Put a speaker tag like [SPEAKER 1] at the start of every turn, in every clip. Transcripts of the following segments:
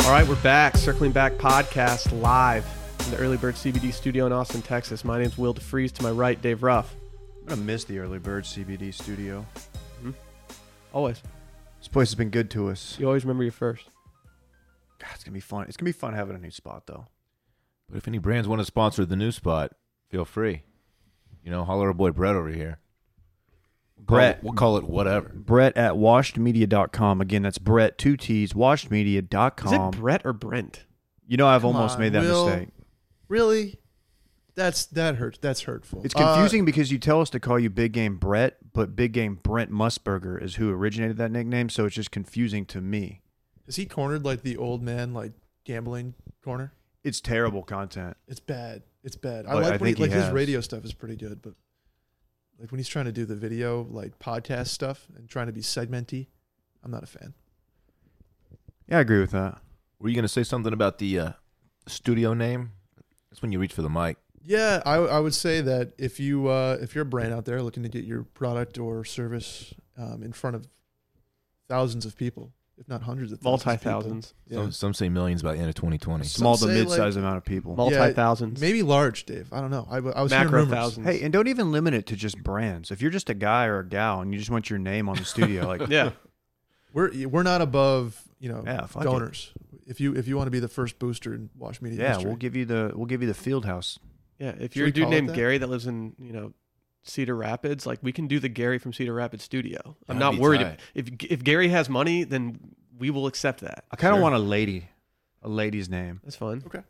[SPEAKER 1] right, we're back. Circling Back podcast live in the Early Bird CBD studio in Austin, Texas. My name's Will DeFries. To my right, Dave Ruff.
[SPEAKER 2] I'm gonna miss the early bird CBD studio.
[SPEAKER 1] Always.
[SPEAKER 2] This place has been good to us.
[SPEAKER 1] You always remember your first.
[SPEAKER 2] God, it's gonna be fun. It's gonna be fun having a new spot though.
[SPEAKER 3] But if any brands want to sponsor the new spot, feel free. You know, holler our boy Brett over here. We'll call
[SPEAKER 2] Brett.
[SPEAKER 3] it- we'll call it whatever.
[SPEAKER 2] Brett at washedmedia.com. Again, that's Brett two T's
[SPEAKER 1] Is
[SPEAKER 2] washedmedia.com.
[SPEAKER 1] it Brett or Brent?
[SPEAKER 2] you know, I've
[SPEAKER 4] Come
[SPEAKER 2] almost
[SPEAKER 4] on,
[SPEAKER 2] made that
[SPEAKER 4] Will.
[SPEAKER 2] mistake.
[SPEAKER 4] Really? That's that hurts. That's hurtful.
[SPEAKER 2] It's
[SPEAKER 4] Uh,
[SPEAKER 2] confusing because you tell us to call you Big Game Brett, but Big Game Brent Musburger is who originated that nickname, so it's just confusing to me.
[SPEAKER 4] Uh, is he cornered like the old man, like gambling corner?
[SPEAKER 2] It's terrible content.
[SPEAKER 4] It's bad. It's bad. I
[SPEAKER 2] But
[SPEAKER 4] like
[SPEAKER 2] I
[SPEAKER 4] when he,
[SPEAKER 2] think he
[SPEAKER 4] like his
[SPEAKER 2] has.
[SPEAKER 4] radio stuff is pretty good, but like when he's trying to do the video like podcast stuff and trying to be segmenty, I'm not a fan.
[SPEAKER 2] Yeah, I agree with that.
[SPEAKER 3] Were you going to say something about the uh, studio name? That's when you reach for the mic.
[SPEAKER 4] Yeah, I, I would say that if you uh, if you're a brand out there looking to get your product or service um, in front of thousands of people, if not hundreds of thousands,
[SPEAKER 1] Multi
[SPEAKER 4] of people,
[SPEAKER 1] thousands.
[SPEAKER 4] yeah.
[SPEAKER 3] Some, some say millions by the end of 2020.
[SPEAKER 4] Some
[SPEAKER 2] Small to
[SPEAKER 4] say,
[SPEAKER 2] mid
[SPEAKER 4] like-
[SPEAKER 2] sized amount of people.
[SPEAKER 1] Multi thousands.
[SPEAKER 4] maybe large, Dave. I don't know. I, I was hearing
[SPEAKER 1] macro
[SPEAKER 4] rumors.
[SPEAKER 1] thousands.
[SPEAKER 2] Hey, and don't even limit it to just brands. If you're just a guy or a gal and you just want your name on the studio, like
[SPEAKER 1] yeah.
[SPEAKER 4] We're we're not above you know
[SPEAKER 2] Yeah, fuck it.
[SPEAKER 4] donors. If you if you want to be the first booster in Wash Media,
[SPEAKER 2] Yeah,
[SPEAKER 4] history,
[SPEAKER 2] we'll give you the we'll give you the field house.
[SPEAKER 1] Yeah. If
[SPEAKER 4] Should
[SPEAKER 1] you're a
[SPEAKER 4] we
[SPEAKER 1] dude
[SPEAKER 4] call it
[SPEAKER 1] named
[SPEAKER 4] that?
[SPEAKER 1] Gary that lives in, you know, Cedar Rapids, like we can do the Gary from Cedar Rapids studio. I'm
[SPEAKER 3] That'd
[SPEAKER 1] not
[SPEAKER 3] be
[SPEAKER 1] worried.
[SPEAKER 3] tight.
[SPEAKER 1] If, if if Gary has money, then we will accept that.
[SPEAKER 2] I kind of
[SPEAKER 3] Sure.
[SPEAKER 2] want a lady, a lady's name.
[SPEAKER 1] That's fun.
[SPEAKER 4] Okay.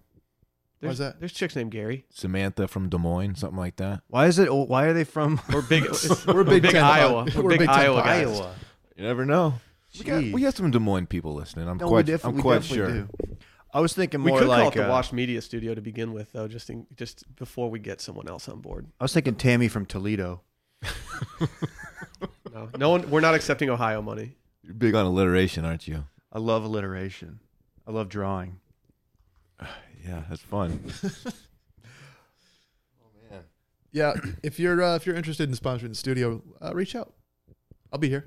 [SPEAKER 1] There's,
[SPEAKER 4] Why's that?
[SPEAKER 1] There's chicks named Gary.
[SPEAKER 3] Samantha from Des Moines, something like that.
[SPEAKER 2] Why is it? Why are they from
[SPEAKER 1] We're big.
[SPEAKER 4] We're Big
[SPEAKER 1] big
[SPEAKER 4] Ten
[SPEAKER 1] Iowa.
[SPEAKER 4] pod.
[SPEAKER 1] We're,
[SPEAKER 4] We're
[SPEAKER 1] big,
[SPEAKER 4] Big Ten
[SPEAKER 1] Iowa
[SPEAKER 4] pod.
[SPEAKER 1] guys.
[SPEAKER 2] Iowa?
[SPEAKER 3] You never know. We, got,
[SPEAKER 2] Jeez.
[SPEAKER 3] we have some Des Moines people listening. I'm
[SPEAKER 2] No,
[SPEAKER 3] quite,
[SPEAKER 2] we defi-
[SPEAKER 3] I'm
[SPEAKER 2] we
[SPEAKER 3] quite
[SPEAKER 2] definitely
[SPEAKER 3] sure.
[SPEAKER 2] do. I was thinking
[SPEAKER 1] We
[SPEAKER 2] more
[SPEAKER 1] could
[SPEAKER 2] like
[SPEAKER 1] call it the
[SPEAKER 2] uh,
[SPEAKER 1] Wash Media Studio to begin with, though, just in, just before we get someone else on board.
[SPEAKER 2] I was thinking Tammy from Toledo.
[SPEAKER 1] No, no one. We're not accepting Ohio money.
[SPEAKER 3] You're big on alliteration, aren't you?
[SPEAKER 2] I love alliteration. I love drawing.
[SPEAKER 3] Yeah, that's fun.
[SPEAKER 4] Yeah, if you're uh, if you're interested in sponsoring the studio, uh, reach out. I'll be here.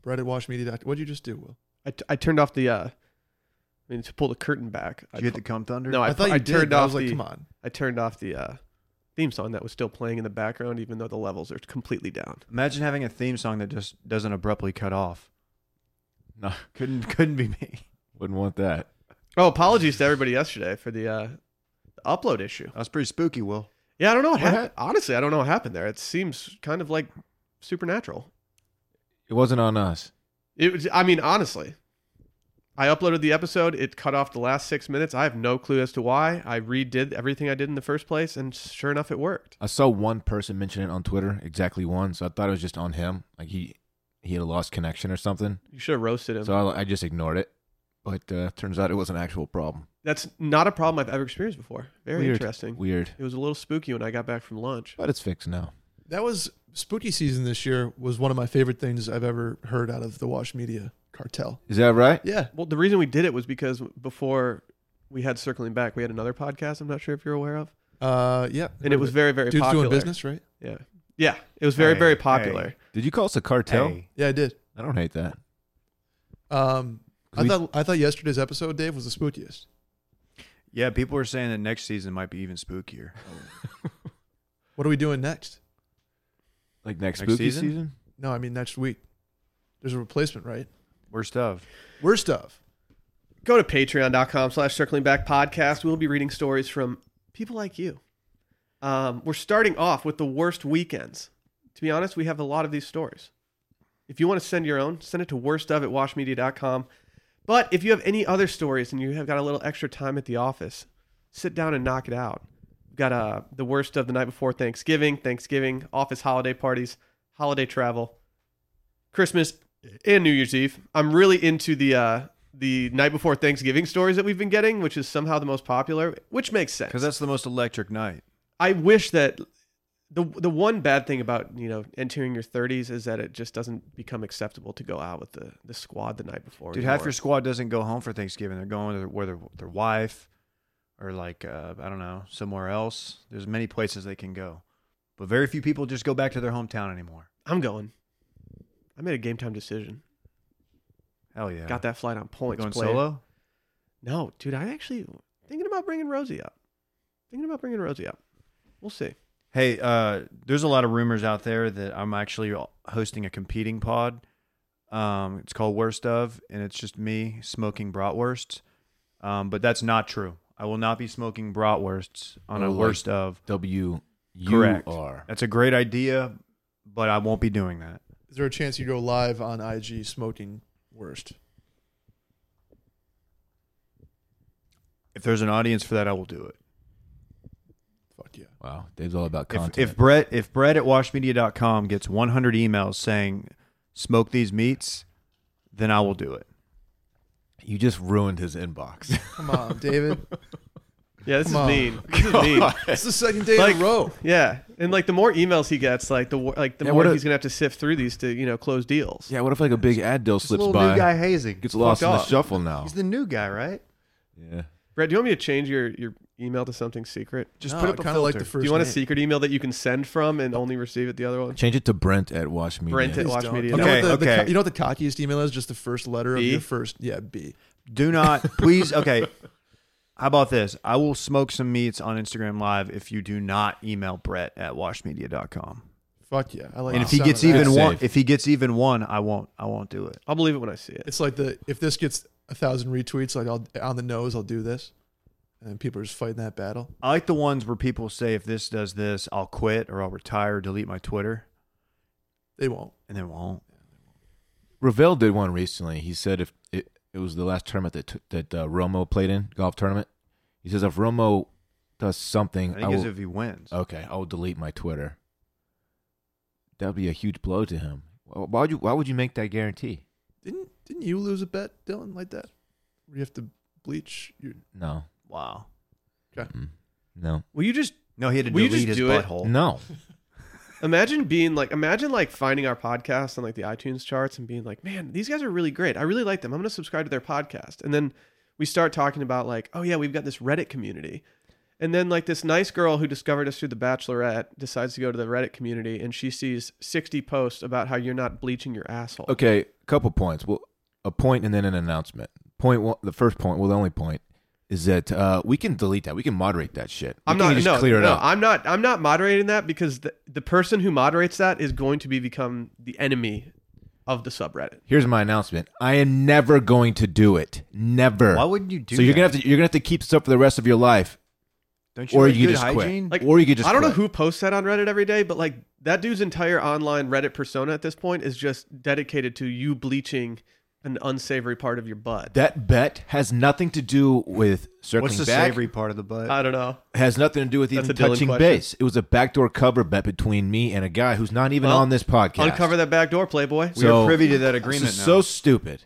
[SPEAKER 4] Brett at washmedia. What'd you just do, Will?
[SPEAKER 1] I, t- I turned off the. Uh, I mean, to pull the curtain back.
[SPEAKER 2] Did
[SPEAKER 1] I
[SPEAKER 2] you get
[SPEAKER 1] pu-
[SPEAKER 2] the cum thunder?
[SPEAKER 1] no, I,
[SPEAKER 4] thought
[SPEAKER 1] pu-
[SPEAKER 4] you
[SPEAKER 1] I
[SPEAKER 4] did.
[SPEAKER 1] turned
[SPEAKER 4] but I
[SPEAKER 1] off
[SPEAKER 4] was like,
[SPEAKER 1] the.
[SPEAKER 4] come on.
[SPEAKER 1] I turned off the uh, theme song that was still playing in the background, even though the levels are completely down.
[SPEAKER 2] Imagine having a theme song that just doesn't abruptly cut off.
[SPEAKER 3] No.
[SPEAKER 2] couldn't couldn't be me.
[SPEAKER 3] Wouldn't want that.
[SPEAKER 1] Oh, apologies to everybody yesterday for the, uh, the upload issue.
[SPEAKER 2] That was pretty spooky. Will
[SPEAKER 1] Yeah, I don't know what
[SPEAKER 3] What
[SPEAKER 1] happened. Honestly, I don't know what happened there. It seems kind of like supernatural.
[SPEAKER 3] It wasn't on us.
[SPEAKER 1] It was, I mean, honestly, I uploaded the episode. It cut off the last six minutes. I have no clue as to why. I redid everything I did in the first place, and sure enough, it worked.
[SPEAKER 3] I saw one person mention it on Twitter, exactly one. So I thought it was just on him. Like he he had a lost connection or something.
[SPEAKER 1] You should have roasted him.
[SPEAKER 3] So I, I just ignored it. But uh, turns out it was an actual problem.
[SPEAKER 1] That's not a problem I've ever experienced before. Very
[SPEAKER 3] Weird.
[SPEAKER 1] interesting.
[SPEAKER 3] Weird.
[SPEAKER 1] It was a little spooky when I got back from lunch.
[SPEAKER 3] But it's fixed now.
[SPEAKER 4] That was spooky season this year. Was one of my favorite things I've ever heard out of the Wash Media cartel.
[SPEAKER 3] Is that right?
[SPEAKER 4] Yeah,
[SPEAKER 1] Well, the reason we did it was because before we had circling back, we had another podcast. I'm not sure if you're aware of,
[SPEAKER 4] uh, yeah.
[SPEAKER 1] and it was very, very
[SPEAKER 4] dudes
[SPEAKER 1] popular.
[SPEAKER 4] doing business, right?
[SPEAKER 1] Yeah, yeah. It was very,
[SPEAKER 2] Hey,
[SPEAKER 1] very popular.
[SPEAKER 3] Did you call us a cartel?
[SPEAKER 2] Hey,
[SPEAKER 4] Yeah, I did.
[SPEAKER 3] I don't hate that.
[SPEAKER 4] Um, I
[SPEAKER 3] We-
[SPEAKER 4] thought I thought yesterday's episode, Dave, was the spookiest.
[SPEAKER 2] yeah, people are saying that next season might be even spookier.
[SPEAKER 4] What are we doing next?
[SPEAKER 3] Like next,
[SPEAKER 2] Next
[SPEAKER 3] spooky
[SPEAKER 2] season?
[SPEAKER 3] season?
[SPEAKER 4] No, I mean next week. There's a replacement, right?
[SPEAKER 2] Worst of.
[SPEAKER 4] Worst of.
[SPEAKER 1] go to patreon.com slash circling back podcast we'll be reading stories from people like you um, we're starting off with the worst weekends to be honest we have a lot of these stories if you want to send your own send it to worst of at washmedia.com but if you have any other stories and you have got a little extra time at the office sit down and knock it out we've got uh, the worst of the night before thanksgiving thanksgiving office holiday parties holiday travel Christmas and New Year's Eve. I'm really into the uh, the night before Thanksgiving stories that we've been getting, which is somehow the most popular, which makes sense.
[SPEAKER 2] Because that's the most electric night.
[SPEAKER 1] I wish that the the one bad thing about you know entering your 30s is that it just doesn't become acceptable to go out with the the squad the night before.
[SPEAKER 2] Dude, half
[SPEAKER 1] anymore.
[SPEAKER 2] your squad doesn't go home for Thanksgiving. They're going to their, where their, their wife or like, uh, I don't know, somewhere else. There's many places they can go. But very few people just go back to their hometown anymore.
[SPEAKER 1] I'm going. I made a game time decision.
[SPEAKER 2] Hell yeah.
[SPEAKER 1] Got that flight on points.
[SPEAKER 2] Going
[SPEAKER 1] played.
[SPEAKER 2] solo?
[SPEAKER 1] No, dude, I actually thinking about bringing Rosie up. Thinking about bringing Rosie up. We'll see.
[SPEAKER 2] Hey, uh, there's a lot of rumors out there that I'm actually hosting a competing pod. Um, it's called Worst of, and it's just me smoking bratwursts. Um, but that's not true. I will not be smoking bratwursts on
[SPEAKER 3] Oh,
[SPEAKER 2] a
[SPEAKER 3] like-
[SPEAKER 2] worst of.
[SPEAKER 3] W U
[SPEAKER 2] Correct.
[SPEAKER 3] R.
[SPEAKER 2] That's a great idea, but I won't be doing that.
[SPEAKER 4] Is there a chance you go live on IG smoking worst?
[SPEAKER 2] If there's an audience for that, I will do it.
[SPEAKER 4] Fuck yeah.
[SPEAKER 3] Wow, Dave's all about
[SPEAKER 2] If,
[SPEAKER 3] content.
[SPEAKER 2] if Brett, if Brett at washmedia.com gets 100 emails saying smoke these meats, then I will do it.
[SPEAKER 3] you just ruined his inbox.
[SPEAKER 4] Come on, David.
[SPEAKER 1] Yeah, this
[SPEAKER 4] Come on.
[SPEAKER 1] is mean. This is mean.
[SPEAKER 4] it's the second day
[SPEAKER 1] Like-
[SPEAKER 4] in a row.
[SPEAKER 1] Yeah, and like the more emails he gets, like the wor- like the
[SPEAKER 3] Yeah,
[SPEAKER 1] more
[SPEAKER 3] what a-
[SPEAKER 1] he's gonna have to sift through these to you know close deals.
[SPEAKER 3] yeah, what if like a big ad deal slips
[SPEAKER 2] little
[SPEAKER 3] by?
[SPEAKER 2] new guy hazing.
[SPEAKER 3] Gets lost in the
[SPEAKER 1] up.
[SPEAKER 3] shuffle now.
[SPEAKER 2] He's the new guy, right?
[SPEAKER 3] yeah.
[SPEAKER 1] Brett, do you want me to change your your email to something secret?
[SPEAKER 2] Just
[SPEAKER 4] No,
[SPEAKER 2] put
[SPEAKER 4] I
[SPEAKER 2] up a
[SPEAKER 4] kinda
[SPEAKER 2] filter.
[SPEAKER 4] like the first
[SPEAKER 1] do you want a
[SPEAKER 4] name.
[SPEAKER 1] secret email that you can send from and only receive at the other one?
[SPEAKER 3] Change it to Brent at Wash Media.
[SPEAKER 1] Brent at-
[SPEAKER 4] Please
[SPEAKER 1] Watch
[SPEAKER 4] don't.
[SPEAKER 1] media.
[SPEAKER 4] You know, what
[SPEAKER 2] Okay,
[SPEAKER 4] the, the
[SPEAKER 2] okay.
[SPEAKER 4] co- you know what the cockiest email is? Just the first letter
[SPEAKER 1] B?
[SPEAKER 4] of your first. Yeah, B.
[SPEAKER 2] Do not, please. Okay. How about this? I will smoke some meats on Instagram Live if you do not email Brett at washmedia.com.
[SPEAKER 4] Fuck yeah. I like
[SPEAKER 2] And
[SPEAKER 4] the
[SPEAKER 2] if he
[SPEAKER 4] sound
[SPEAKER 2] gets
[SPEAKER 4] of that.
[SPEAKER 2] even
[SPEAKER 3] Good
[SPEAKER 2] one,
[SPEAKER 3] save.
[SPEAKER 2] if he gets even one, I won't. I won't do it.
[SPEAKER 1] I'll believe it when I see it.
[SPEAKER 4] It's like the if this gets a thousand retweets, like I'll on the nose, I'll do this, and then people are just fighting that battle.
[SPEAKER 2] I like the ones where people say, if this does this, I'll quit or I'll retire, delete my Twitter,
[SPEAKER 4] They won't.
[SPEAKER 2] and they won't.
[SPEAKER 3] Ravel did one recently. He said if it, it was the last tournament that t- that uh, Romo played in golf tournament, he says if Romo does
[SPEAKER 2] I Oh.
[SPEAKER 3] something, I,
[SPEAKER 2] think it's
[SPEAKER 3] will,
[SPEAKER 2] if he wins.
[SPEAKER 3] okay, I will delete my Twitter. That would be a huge blow to him. Why why would you? Why would you make that guarantee?
[SPEAKER 4] Didn't didn't you lose a bet, Dylan, like that? Where you have to bleach your
[SPEAKER 3] No,
[SPEAKER 2] Wow.
[SPEAKER 3] Mm. no,
[SPEAKER 1] Will you just
[SPEAKER 2] No, he had to
[SPEAKER 1] Will you
[SPEAKER 2] delete
[SPEAKER 1] just
[SPEAKER 2] his
[SPEAKER 1] do it?
[SPEAKER 2] butthole.
[SPEAKER 3] no.
[SPEAKER 1] imagine being like imagine like finding our podcast on like the iTunes charts and being like, man, these guys are really great. I really like them. I'm gonna subscribe to their podcast. And then we start talking about like, oh yeah, we've got this Reddit community. And then like this nice girl who discovered us through The Bachelorette decides to go to the Reddit community and she sees 60 posts about how you're not bleaching your asshole.
[SPEAKER 3] Okay, couple points. Well, a point and then an announcement. Point one, the first point. Well, the only point is that uh, we can delete that. We can moderate that shit. We
[SPEAKER 1] I'm
[SPEAKER 3] can
[SPEAKER 1] not
[SPEAKER 3] just
[SPEAKER 1] no,
[SPEAKER 3] clear it
[SPEAKER 1] no,
[SPEAKER 3] up.
[SPEAKER 1] I'm not I'm not moderating that because the, the person who moderates that is going to be become the enemy of the subreddit.
[SPEAKER 3] Here's my announcement. I am never going to do it. Never.
[SPEAKER 2] Why wouldn't you do
[SPEAKER 3] So you're gonna
[SPEAKER 2] that?
[SPEAKER 3] have to you're gonna have to keep this up for the rest of your life,
[SPEAKER 2] Don't
[SPEAKER 3] or
[SPEAKER 2] like
[SPEAKER 3] you
[SPEAKER 2] good
[SPEAKER 3] just
[SPEAKER 2] hygiene?
[SPEAKER 3] quit,
[SPEAKER 1] Like,
[SPEAKER 3] or you could just.
[SPEAKER 1] I don't know
[SPEAKER 3] quit.
[SPEAKER 1] who posts that on Reddit every day, but like that dude's entire online Reddit persona at this point is just dedicated to you bleaching an unsavory part of your butt.
[SPEAKER 3] That bet has nothing to do with circling
[SPEAKER 2] What's the
[SPEAKER 3] back.
[SPEAKER 2] savory part of the butt?
[SPEAKER 1] I don't know.
[SPEAKER 3] Has nothing to do with even
[SPEAKER 1] a Dylan
[SPEAKER 3] touching
[SPEAKER 1] question.
[SPEAKER 3] base. It was a backdoor cover bet between me and a guy who's not even
[SPEAKER 1] Well,
[SPEAKER 3] on this podcast.
[SPEAKER 1] Uncover that back door, Playboy.
[SPEAKER 2] we
[SPEAKER 3] So-
[SPEAKER 2] are privy to that
[SPEAKER 3] This
[SPEAKER 2] agreement
[SPEAKER 3] is
[SPEAKER 2] now.
[SPEAKER 3] so stupid.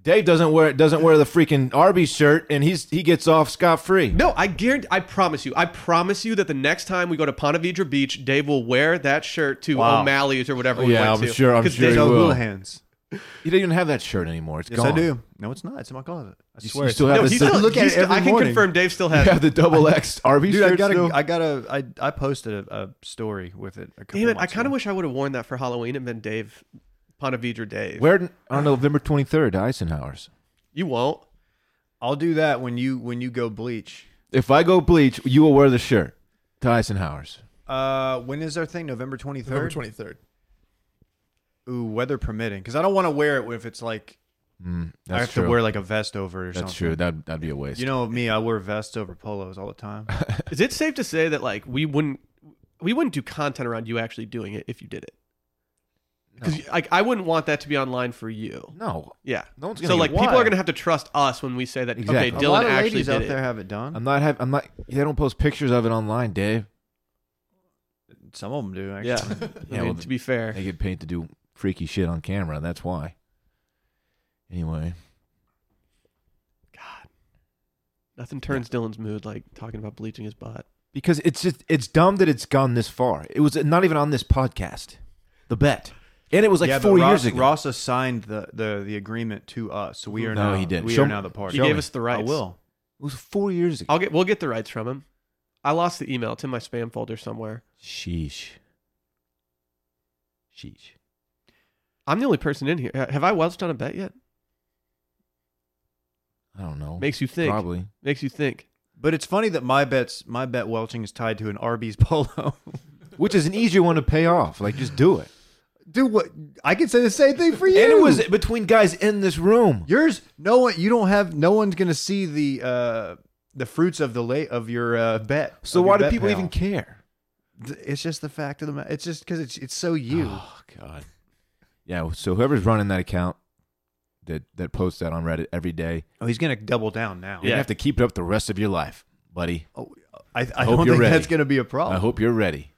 [SPEAKER 3] Dave doesn't wear doesn't wear the freaking Arby's shirt, and he's he gets off scot free.
[SPEAKER 1] No, I guarantee. I promise you. I promise you that the next time we go to Ponte Vedra Beach, Dave will wear that shirt to
[SPEAKER 2] Wow.
[SPEAKER 1] O'Malley's or whatever.
[SPEAKER 3] Oh,
[SPEAKER 1] we
[SPEAKER 3] yeah,
[SPEAKER 1] went
[SPEAKER 3] I'm
[SPEAKER 1] to.
[SPEAKER 3] sure- I'm
[SPEAKER 1] 'Cause
[SPEAKER 3] sure
[SPEAKER 1] Dave-
[SPEAKER 3] he
[SPEAKER 2] no
[SPEAKER 3] will.
[SPEAKER 2] little hands.
[SPEAKER 3] He doesn't even have that shirt anymore. It's
[SPEAKER 2] Yes,
[SPEAKER 3] gone.
[SPEAKER 2] I do. No, it's not. It's in my closet. I
[SPEAKER 3] You,
[SPEAKER 2] swear.
[SPEAKER 3] you
[SPEAKER 2] it's-
[SPEAKER 3] still have
[SPEAKER 1] No,
[SPEAKER 3] the
[SPEAKER 1] he's
[SPEAKER 3] same-
[SPEAKER 1] still.
[SPEAKER 2] Look at
[SPEAKER 1] he's
[SPEAKER 2] it
[SPEAKER 1] still-
[SPEAKER 2] every
[SPEAKER 1] I can
[SPEAKER 2] morning.
[SPEAKER 1] confirm. Dave still has.
[SPEAKER 3] you have the double X Arby's
[SPEAKER 2] Dude,
[SPEAKER 3] shirt
[SPEAKER 2] I got
[SPEAKER 3] still?
[SPEAKER 2] a, I got a, I, I posted a, a story with it. A couple
[SPEAKER 1] Damn it! I
[SPEAKER 2] months
[SPEAKER 1] kind of
[SPEAKER 2] ago.
[SPEAKER 1] wish I would have worn that for Halloween and been Dave, Ponte Vedra Dave.
[SPEAKER 3] Where on November 23rd to Eisenhower's?
[SPEAKER 1] you won't.
[SPEAKER 2] I'll do that when you when you go bleach.
[SPEAKER 3] If I go bleach, you will wear the shirt to Eisenhower's.
[SPEAKER 2] Uh, when is our thing? November twenty
[SPEAKER 4] November
[SPEAKER 2] third.
[SPEAKER 4] twenty third.
[SPEAKER 2] Ooh, weather permitting, because I don't want to wear it if it's like
[SPEAKER 3] Mm,
[SPEAKER 2] I
[SPEAKER 3] that's
[SPEAKER 2] have
[SPEAKER 3] true.
[SPEAKER 2] to wear like a vest over it or
[SPEAKER 3] that's
[SPEAKER 2] something.
[SPEAKER 3] true. That that'd be a waste.
[SPEAKER 2] You know me, I wear vests over polos all the time.
[SPEAKER 1] Is it safe to say that like we wouldn't we wouldn't do content around you actually doing it if you did it? Because like I wouldn't want that to be online for you.
[SPEAKER 3] no,
[SPEAKER 1] Yeah.
[SPEAKER 3] No one's
[SPEAKER 1] so
[SPEAKER 3] gonna
[SPEAKER 1] like
[SPEAKER 2] get-
[SPEAKER 1] people
[SPEAKER 2] Why?
[SPEAKER 1] are gonna have to trust us when we say that. Okay,
[SPEAKER 3] Exactly. A
[SPEAKER 1] Dylan
[SPEAKER 2] a lot of
[SPEAKER 1] actually
[SPEAKER 2] ladies
[SPEAKER 1] did
[SPEAKER 2] out
[SPEAKER 1] it.
[SPEAKER 2] there have it Um, done.
[SPEAKER 3] I'm not. Have, I'm not. They don't post pictures of it online, Dave.
[SPEAKER 2] Some of them do. Actually.
[SPEAKER 1] Yeah.
[SPEAKER 3] Yeah,
[SPEAKER 1] I mean,
[SPEAKER 3] well,
[SPEAKER 1] to be fair,
[SPEAKER 3] They get paid to do freaky shit on camera. That's why. Anyway,
[SPEAKER 1] God, nothing turns Dylan's mood like talking about bleaching his butt.
[SPEAKER 3] because it's just it's dumb that it's gone this far. It was not even on this podcast. The bet, and it was like
[SPEAKER 2] Yeah, but
[SPEAKER 3] four
[SPEAKER 2] Ross,
[SPEAKER 3] years ago.
[SPEAKER 2] Ross assigned the, the, the agreement to us, so we are
[SPEAKER 3] No,
[SPEAKER 2] now
[SPEAKER 3] he didn't.
[SPEAKER 2] we
[SPEAKER 3] Show
[SPEAKER 2] are
[SPEAKER 3] me-
[SPEAKER 2] now the party.
[SPEAKER 1] He gave us the
[SPEAKER 2] I
[SPEAKER 1] rights.
[SPEAKER 2] will.
[SPEAKER 3] it was four years ago.
[SPEAKER 1] I'll get. We'll get the rights from him. I lost the email. It's in my spam folder somewhere.
[SPEAKER 3] Sheesh. Sheesh.
[SPEAKER 1] I'm the only person in here. Have I welched on a bet yet?
[SPEAKER 3] I don't know.
[SPEAKER 1] Makes you think.
[SPEAKER 3] Probably.
[SPEAKER 1] Makes you think.
[SPEAKER 2] But it's funny that my bets, my bet welching is tied to an Arby's polo.
[SPEAKER 3] Which is an easier one to pay off. Like, just do it.
[SPEAKER 2] Dude, what? I could say the same thing for you.
[SPEAKER 3] And it was between guys in this room.
[SPEAKER 2] yours. No one, you don't have. No one's gonna see the uh the fruits of the late of your uh, bet.
[SPEAKER 3] So
[SPEAKER 2] of your
[SPEAKER 3] why do
[SPEAKER 2] bet
[SPEAKER 3] people
[SPEAKER 2] pal.
[SPEAKER 3] even care?
[SPEAKER 2] Th- It's just the fact of the matter. It's just because it's it's so you.
[SPEAKER 3] Oh God. Yeah. So whoever's running that account that that posts that on Reddit every day,
[SPEAKER 2] oh, he's gonna double down now.
[SPEAKER 3] you're gonna have to keep it up the rest of your life, buddy.
[SPEAKER 2] Oh, I, I
[SPEAKER 3] hope
[SPEAKER 2] don't
[SPEAKER 3] you're
[SPEAKER 2] think
[SPEAKER 3] ready.
[SPEAKER 2] that's gonna be a problem.
[SPEAKER 3] I hope you're ready.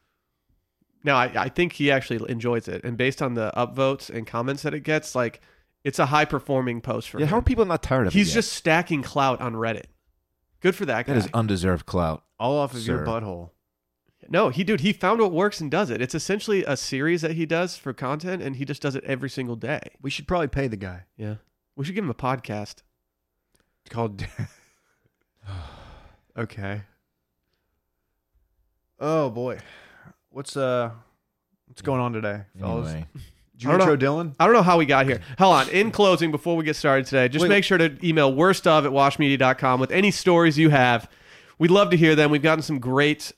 [SPEAKER 1] Now, I, I think he actually enjoys it. And based on the upvotes and comments that it gets, like, it's a high performing post for
[SPEAKER 3] Yeah.
[SPEAKER 1] him.
[SPEAKER 3] How are people not tired of it?
[SPEAKER 1] He's
[SPEAKER 3] yet?
[SPEAKER 1] just stacking clout on Reddit. Good for that guy.
[SPEAKER 3] that is undeserved clout.
[SPEAKER 2] all off of your
[SPEAKER 3] Sir.
[SPEAKER 2] butthole.
[SPEAKER 1] no, he dude, he found what works and does it. It's essentially a series that he does for content, and he just does it every single day.
[SPEAKER 2] We should probably pay the guy.
[SPEAKER 1] Yeah, we should give him a podcast.
[SPEAKER 2] It's called. okay. Oh boy, what's uh, what's going on today, fellas?
[SPEAKER 3] Anyway,
[SPEAKER 2] Did you
[SPEAKER 1] I don't
[SPEAKER 2] intro Dylan?
[SPEAKER 1] I don't know how we got here. Hold on. In closing, before we get started today, just
[SPEAKER 2] Wait.
[SPEAKER 1] make sure to email worst of at washmedia.com with any stories you have. We'd love to hear them. We've gotten some great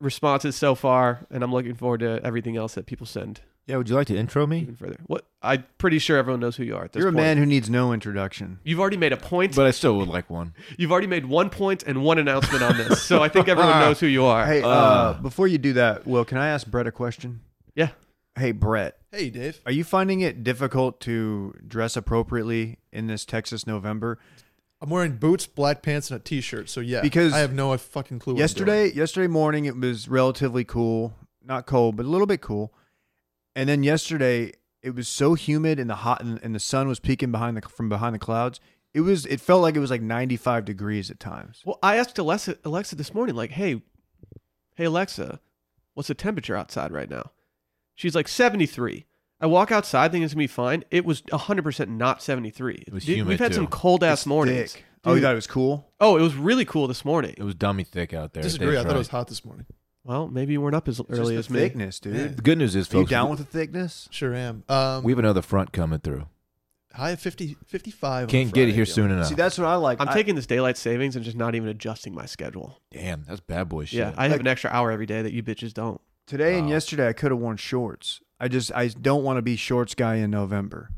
[SPEAKER 1] responses so far, and I'm looking forward to everything else that people send
[SPEAKER 3] yeah. Would you like to intro me?
[SPEAKER 1] even further. What I'm pretty sure everyone knows who you are at this
[SPEAKER 2] You're a
[SPEAKER 1] point.
[SPEAKER 2] man who needs no introduction.
[SPEAKER 1] You've already made a point.
[SPEAKER 3] But I still would like one.
[SPEAKER 1] You've already made one point and one announcement on this, so I think everyone knows who you are.
[SPEAKER 2] Hey, uh,
[SPEAKER 3] Uh.
[SPEAKER 2] before you do that, Will, can I ask Brett a question?
[SPEAKER 1] Yeah.
[SPEAKER 2] Hey, Brett,
[SPEAKER 4] Hey, Dave.
[SPEAKER 2] are you finding it difficult to dress appropriately in this Texas November?
[SPEAKER 4] I'm wearing boots, black pants, and a t-shirt. So yeah,
[SPEAKER 2] Because
[SPEAKER 4] I have no uh, fucking clue. What I'm doing.
[SPEAKER 2] yesterday yesterday morning it was relatively cool not cold but a little bit cool and then yesterday it was so humid and the hot and, and the sun was peeking behind the from behind the clouds it was it felt like it was like 95 degrees at times
[SPEAKER 1] Well, I asked Alexa, Alexa this morning, like, hey, hey, Alexa, what's the temperature outside right now? She's like, 73. I walk outside thinking it's going to be fine. It was 100% not 73.
[SPEAKER 3] It was
[SPEAKER 1] Dude,
[SPEAKER 3] humid,
[SPEAKER 1] We've had
[SPEAKER 3] too.
[SPEAKER 1] some cold ass mornings.
[SPEAKER 2] Thick. oh you
[SPEAKER 1] Dude.
[SPEAKER 2] thought it was cool
[SPEAKER 1] Oh, it was really cool this morning.
[SPEAKER 3] It was dummy thick out there.
[SPEAKER 4] disagree. I
[SPEAKER 3] That's
[SPEAKER 4] thought it
[SPEAKER 3] right.
[SPEAKER 4] was hot this morning.
[SPEAKER 1] Well, maybe you weren't up as
[SPEAKER 2] It's
[SPEAKER 1] early as
[SPEAKER 2] just the
[SPEAKER 1] me.
[SPEAKER 2] thickness dude
[SPEAKER 3] The good news is,
[SPEAKER 2] are you
[SPEAKER 3] folks,
[SPEAKER 2] down with the thickness
[SPEAKER 4] Sure am. Um,
[SPEAKER 3] we have another front coming through.
[SPEAKER 4] high of 50, 55. on
[SPEAKER 3] Can't get
[SPEAKER 4] Friday,
[SPEAKER 3] it here
[SPEAKER 4] Dylan.
[SPEAKER 3] soon enough.
[SPEAKER 2] see that's what i like
[SPEAKER 1] I'm
[SPEAKER 2] I-
[SPEAKER 1] taking this daylight savings and just not even adjusting my schedule.
[SPEAKER 3] Damn, that's bad boy shit.
[SPEAKER 1] Yeah, I have an extra hour every day that you bitches don't.
[SPEAKER 2] today and
[SPEAKER 3] Wow.
[SPEAKER 2] yesterday i could have worn shorts i just i don't want to be shorts guy in november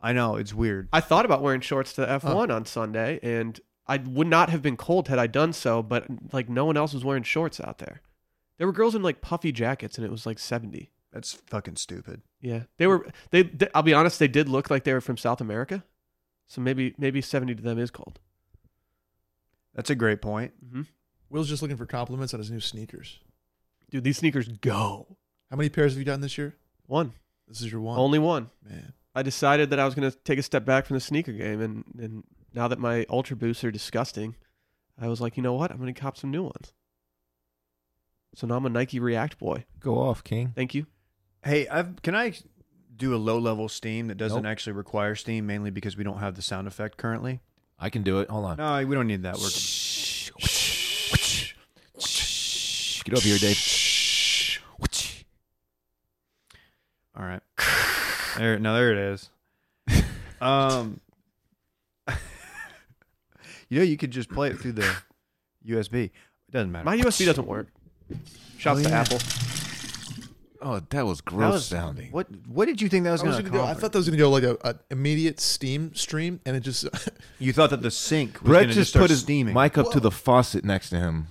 [SPEAKER 2] i know it's weird
[SPEAKER 1] I thought about wearing shorts to F1 on Sunday, and I would not have been cold had I done so. But like no one else was wearing shorts out there. There were girls in like puffy jackets, and it was like seventy.
[SPEAKER 2] that's fucking stupid
[SPEAKER 1] Yeah, they were. They, they- I'll be honest, they did look like they were from South America. So maybe maybe seventy to them is cold.
[SPEAKER 2] that's a great point
[SPEAKER 1] hmm
[SPEAKER 4] Will's just looking for compliments on his new sneakers.
[SPEAKER 1] Dude, these sneakers go
[SPEAKER 4] How many pairs have you done this year?
[SPEAKER 1] one,
[SPEAKER 4] This is your one.
[SPEAKER 1] only one.
[SPEAKER 4] man.
[SPEAKER 1] I decided that I was going to take a step back from the sneaker game, and and now that my Ultra Boosts are disgusting, I was like, you know what, I'm going to cop some new ones. So now I'm a Nike React boy.
[SPEAKER 3] Go off, King.
[SPEAKER 1] Thank you.
[SPEAKER 2] Hey, I've can I do a low level steam that doesn't
[SPEAKER 3] Nope.
[SPEAKER 2] actually require steam, mainly because we don't have the sound effect currently.
[SPEAKER 3] I can do it. Hold on.
[SPEAKER 2] No, we don't need that. We're
[SPEAKER 3] Get over here, Dave.
[SPEAKER 2] all right. There, now there it is. Um, you know, you could just play it through the USB. It doesn't matter.
[SPEAKER 1] My USB doesn't work. Shouts
[SPEAKER 2] Oh,
[SPEAKER 1] to
[SPEAKER 2] yeah.
[SPEAKER 1] Apple.
[SPEAKER 3] Oh, that was
[SPEAKER 2] That
[SPEAKER 3] gross
[SPEAKER 2] was-
[SPEAKER 3] sounding.
[SPEAKER 2] What What did you think that was
[SPEAKER 4] I, was
[SPEAKER 2] going to
[SPEAKER 4] gonna go, I thought that was gonna go like a, a immediate steam stream, and it just
[SPEAKER 2] you thought that the sink was
[SPEAKER 3] Brett
[SPEAKER 2] going to
[SPEAKER 3] just,
[SPEAKER 2] just, start
[SPEAKER 3] put his
[SPEAKER 2] steaming.
[SPEAKER 3] mic up to the faucet next to him.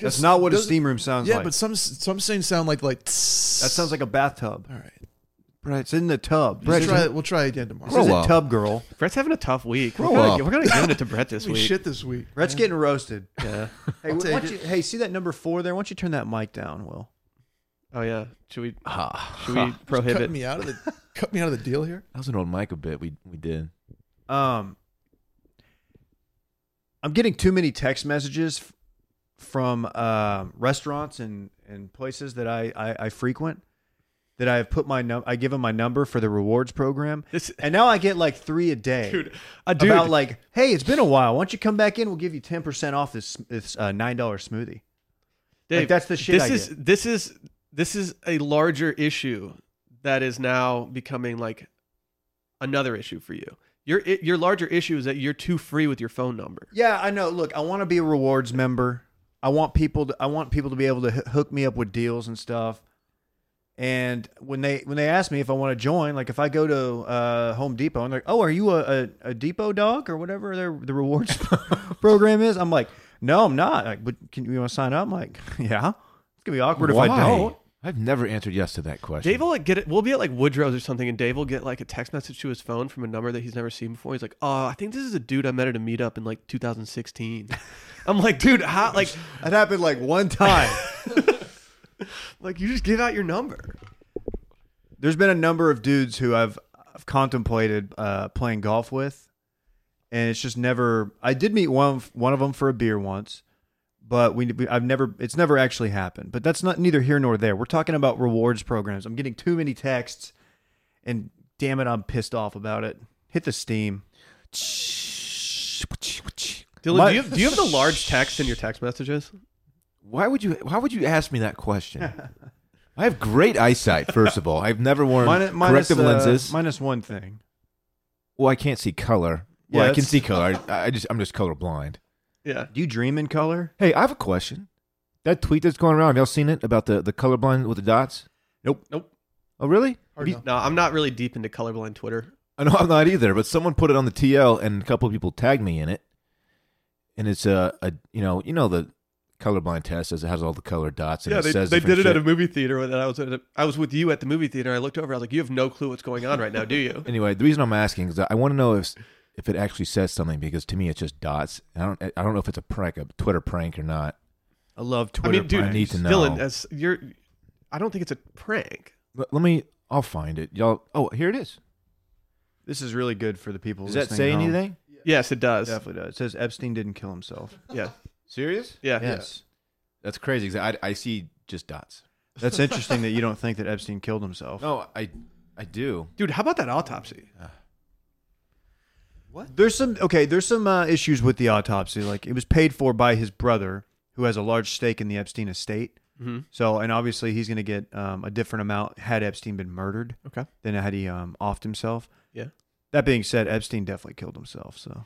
[SPEAKER 2] That's
[SPEAKER 4] just
[SPEAKER 2] not what a
[SPEAKER 4] doesn't-
[SPEAKER 2] steam room sounds
[SPEAKER 4] Yeah,
[SPEAKER 2] like.
[SPEAKER 4] but some some things sound like like. That
[SPEAKER 2] that sounds like a bathtub.
[SPEAKER 4] All right,
[SPEAKER 2] Right, it's in the tub.
[SPEAKER 4] we'll
[SPEAKER 2] This
[SPEAKER 4] try,
[SPEAKER 2] isn't-
[SPEAKER 4] it- we'll try again tomorrow.
[SPEAKER 2] this isn't
[SPEAKER 3] Grow up.
[SPEAKER 2] tub girl.
[SPEAKER 1] Brett's having a tough week. We're
[SPEAKER 3] Grow
[SPEAKER 1] gonna,
[SPEAKER 3] up.
[SPEAKER 1] we're gonna give it to Brett this
[SPEAKER 4] We
[SPEAKER 1] week.
[SPEAKER 4] shit this week.
[SPEAKER 2] Brett's getting roasted.
[SPEAKER 1] Yeah.
[SPEAKER 2] Hey, why don't you, hey, see that number four there? Why don't you turn that mic down, Will?
[SPEAKER 1] Oh yeah. Should we
[SPEAKER 3] Ah,
[SPEAKER 1] should we
[SPEAKER 4] Cut
[SPEAKER 1] prohibit?
[SPEAKER 4] me out of the cut me out of the deal here.
[SPEAKER 3] that was an old mic a bit. We we did.
[SPEAKER 2] Um, I'm getting too many text messages f- from um restaurants and, and places that I, I, I frequent that I have put my num I give them my number for the rewards program,
[SPEAKER 1] This
[SPEAKER 2] and now I get like three a day.
[SPEAKER 1] dude, a dude.
[SPEAKER 2] About like, hey, it's been a while. Why don't you come back in? We'll give you ten percent off this this uh, nine dollar smoothie.
[SPEAKER 1] Dave,
[SPEAKER 2] like, that's the shit
[SPEAKER 1] This
[SPEAKER 2] I
[SPEAKER 1] is
[SPEAKER 2] get.
[SPEAKER 1] this is this is a larger issue that is now becoming like another issue for you. Your i- your larger issue is that you're too free with your phone number.
[SPEAKER 2] Yeah, I know. Look, I want to be a rewards member. I want people to I want people to be able to h- hook me up with deals and stuff. And when they when they ask me if I want to join, like if I go to uh, Home Depot and they're like, "Oh, are you a, a, a Depot dog or whatever their the rewards program is?" I'm like, "No, I'm not." Like, but can you want to sign up? I'm like, "Yeah." It's gonna be awkward if I don't.
[SPEAKER 3] I've never answered yes to that question.
[SPEAKER 1] Dave will like get it. We'll be at like Woodrow's or something, and Dave will get like a text message to his phone from a number that he's never seen before. He's like, "Oh, I think this is a dude I met at a meetup in like 2016." I'm like, "Dude, how? Like,
[SPEAKER 2] It happened like one time.
[SPEAKER 1] like you just give out your number."
[SPEAKER 2] there's been a number of dudes who I've, I've contemplated uh, playing golf with, and it's just never. I did meet one of- one of them for a beer once, but we, we I've never. It's never actually happened. But that's not neither here nor there. We're talking about rewards programs. I'm getting too many texts, and damn it, I'm pissed off about it. Hit the steam.
[SPEAKER 1] Dylan,
[SPEAKER 2] My-
[SPEAKER 1] do you have, do you have the large text in your text messages?
[SPEAKER 3] Why would you? Why would you ask me that question? I have great eyesight. First of all, I've never worn
[SPEAKER 2] Minus, minus,
[SPEAKER 3] corrective
[SPEAKER 2] uh,
[SPEAKER 3] lenses.
[SPEAKER 2] minus one thing.
[SPEAKER 3] well, I can't see color. Well, I
[SPEAKER 2] Yes.
[SPEAKER 3] can see color. I, I just I'm just colorblind.
[SPEAKER 1] Yeah.
[SPEAKER 2] Do you dream in color?
[SPEAKER 3] Hey, I have a question. That tweet that's going around, have y'all seen it about the the colorblind with the dots?
[SPEAKER 2] Nope.
[SPEAKER 1] Nope.
[SPEAKER 3] Oh, really?
[SPEAKER 4] Hard no.
[SPEAKER 1] No, I'm not really deep into colorblind Twitter.
[SPEAKER 3] I know I'm not either, but someone put it on the TL, and a couple of people tagged me in it. And it's a, a you know you know the colorblind test as it has all the color dots. And
[SPEAKER 1] yeah,
[SPEAKER 3] it
[SPEAKER 1] they,
[SPEAKER 3] says
[SPEAKER 1] they did
[SPEAKER 3] different
[SPEAKER 1] it at a
[SPEAKER 3] shit.
[SPEAKER 1] movie theater that I was at. A, I was with you at the movie theater. I looked over. I was like, "You have no clue what's going on right now, do you?"
[SPEAKER 3] Anyway, the reason I'm asking is that I want to know if if it actually says something because to me it's just dots. I don't I don't know if it's a prank, a Twitter prank or not.
[SPEAKER 2] I love
[SPEAKER 1] I
[SPEAKER 2] Twitter.
[SPEAKER 1] mean, dude,
[SPEAKER 3] I
[SPEAKER 2] pranks.
[SPEAKER 3] need to know.
[SPEAKER 1] Dylan, as you're, I don't think it's a prank.
[SPEAKER 3] Let, let me. I'll find it, y'all. Oh, here it is.
[SPEAKER 2] this is really good for the people.
[SPEAKER 3] Does that
[SPEAKER 2] listening
[SPEAKER 3] say
[SPEAKER 2] at home.
[SPEAKER 3] anything?
[SPEAKER 1] Yes, it does.
[SPEAKER 2] Definitely does. It says Epstein didn't kill himself.
[SPEAKER 1] Yeah,
[SPEAKER 3] Serious?
[SPEAKER 1] yeah.
[SPEAKER 2] Yes.
[SPEAKER 3] That's crazy. 'cause I I see just dots.
[SPEAKER 2] That's interesting that you don't think that Epstein killed himself.
[SPEAKER 3] No, I I do.
[SPEAKER 1] Dude, how about that autopsy?
[SPEAKER 2] There's some okay. There's some uh, issues with the autopsy. Like it was paid for by his brother, who has a large stake in the Epstein estate.
[SPEAKER 1] Mhm.
[SPEAKER 2] So, and obviously he's going to get um, a different amount had Epstein been murdered
[SPEAKER 1] Okay.
[SPEAKER 2] than had he um, offed himself.
[SPEAKER 1] Yeah.
[SPEAKER 2] That being said, Epstein definitely killed himself. So,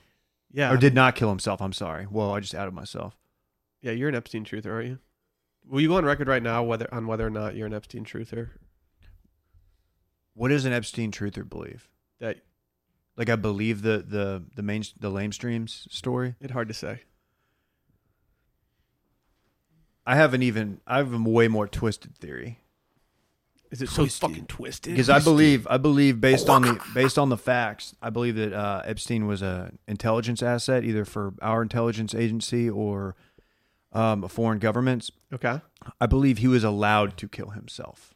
[SPEAKER 1] Yeah.
[SPEAKER 2] or did not kill himself. I'm sorry. Well, I just outed myself.
[SPEAKER 1] yeah, you're an Epstein truther, aren't you? Will you go on record right now whether on whether or not you're an Epstein truther?
[SPEAKER 2] What does an Epstein truther believe?
[SPEAKER 1] That
[SPEAKER 2] Like I believe the the the main the lamestreams story.
[SPEAKER 1] it's hard to say.
[SPEAKER 2] I have an even I have a way more twisted theory.
[SPEAKER 1] Is it
[SPEAKER 3] Twisted.
[SPEAKER 1] so fucking twisted?
[SPEAKER 2] because I believe I believe based on the based on the facts, I believe that uh, Epstein was a intelligence asset either for our intelligence agency or um, foreign governments.
[SPEAKER 1] Okay.
[SPEAKER 2] I believe he was allowed to kill himself.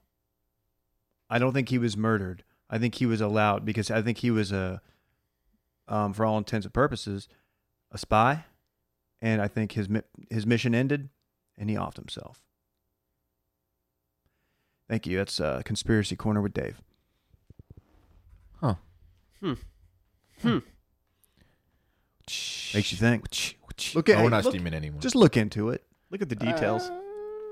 [SPEAKER 2] I don't think he was murdered. I think he was allowed because I think he was a, um, for all intents and purposes, a spy, and I think his mi- his mission ended, and he offed himself. Thank you. That's uh, conspiracy corner with Dave.
[SPEAKER 3] Huh.
[SPEAKER 1] Hmm. Hmm.
[SPEAKER 2] Makes you think. Look
[SPEAKER 3] Okay,
[SPEAKER 2] at
[SPEAKER 3] no, we're not
[SPEAKER 2] look-
[SPEAKER 3] steaming anymore.
[SPEAKER 2] Just look into it.
[SPEAKER 1] Look at the details.
[SPEAKER 3] Uh,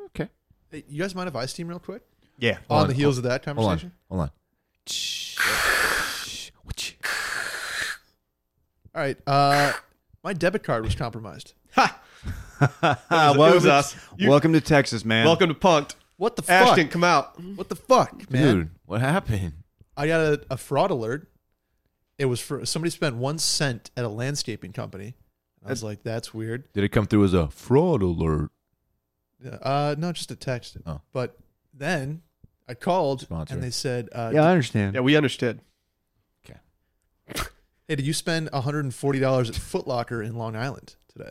[SPEAKER 3] okay.
[SPEAKER 4] Hey, you guys mind if I steam real quick?
[SPEAKER 2] Yeah.
[SPEAKER 3] Hold
[SPEAKER 4] on,
[SPEAKER 3] on,
[SPEAKER 4] the heels of that
[SPEAKER 3] Hold
[SPEAKER 4] conversation.
[SPEAKER 3] on. Hold on.
[SPEAKER 4] All right. Uh, my debit card was compromised.
[SPEAKER 1] ha! was- Ah, it was
[SPEAKER 2] welcome,
[SPEAKER 1] us. You-
[SPEAKER 2] To, welcome to Texas, man.
[SPEAKER 1] Welcome to Punked.
[SPEAKER 4] What the fuck?
[SPEAKER 1] Ashton, come out.
[SPEAKER 4] What the fuck, man?
[SPEAKER 3] Dude, what happened?
[SPEAKER 4] I got a, a fraud alert. It was for somebody spent one cent at a landscaping company. I was like, that's weird.
[SPEAKER 3] Did it come through as a fraud alert?
[SPEAKER 4] Yeah, Uh, no, just a text.
[SPEAKER 3] Oh.
[SPEAKER 4] But then I called
[SPEAKER 3] Sponsor.
[SPEAKER 4] and they said, uh,
[SPEAKER 2] Yeah, I understand.
[SPEAKER 1] Yeah, we understood.
[SPEAKER 4] "Hey, did you spend one hundred and forty dollars at Foot Locker in Long Island today?"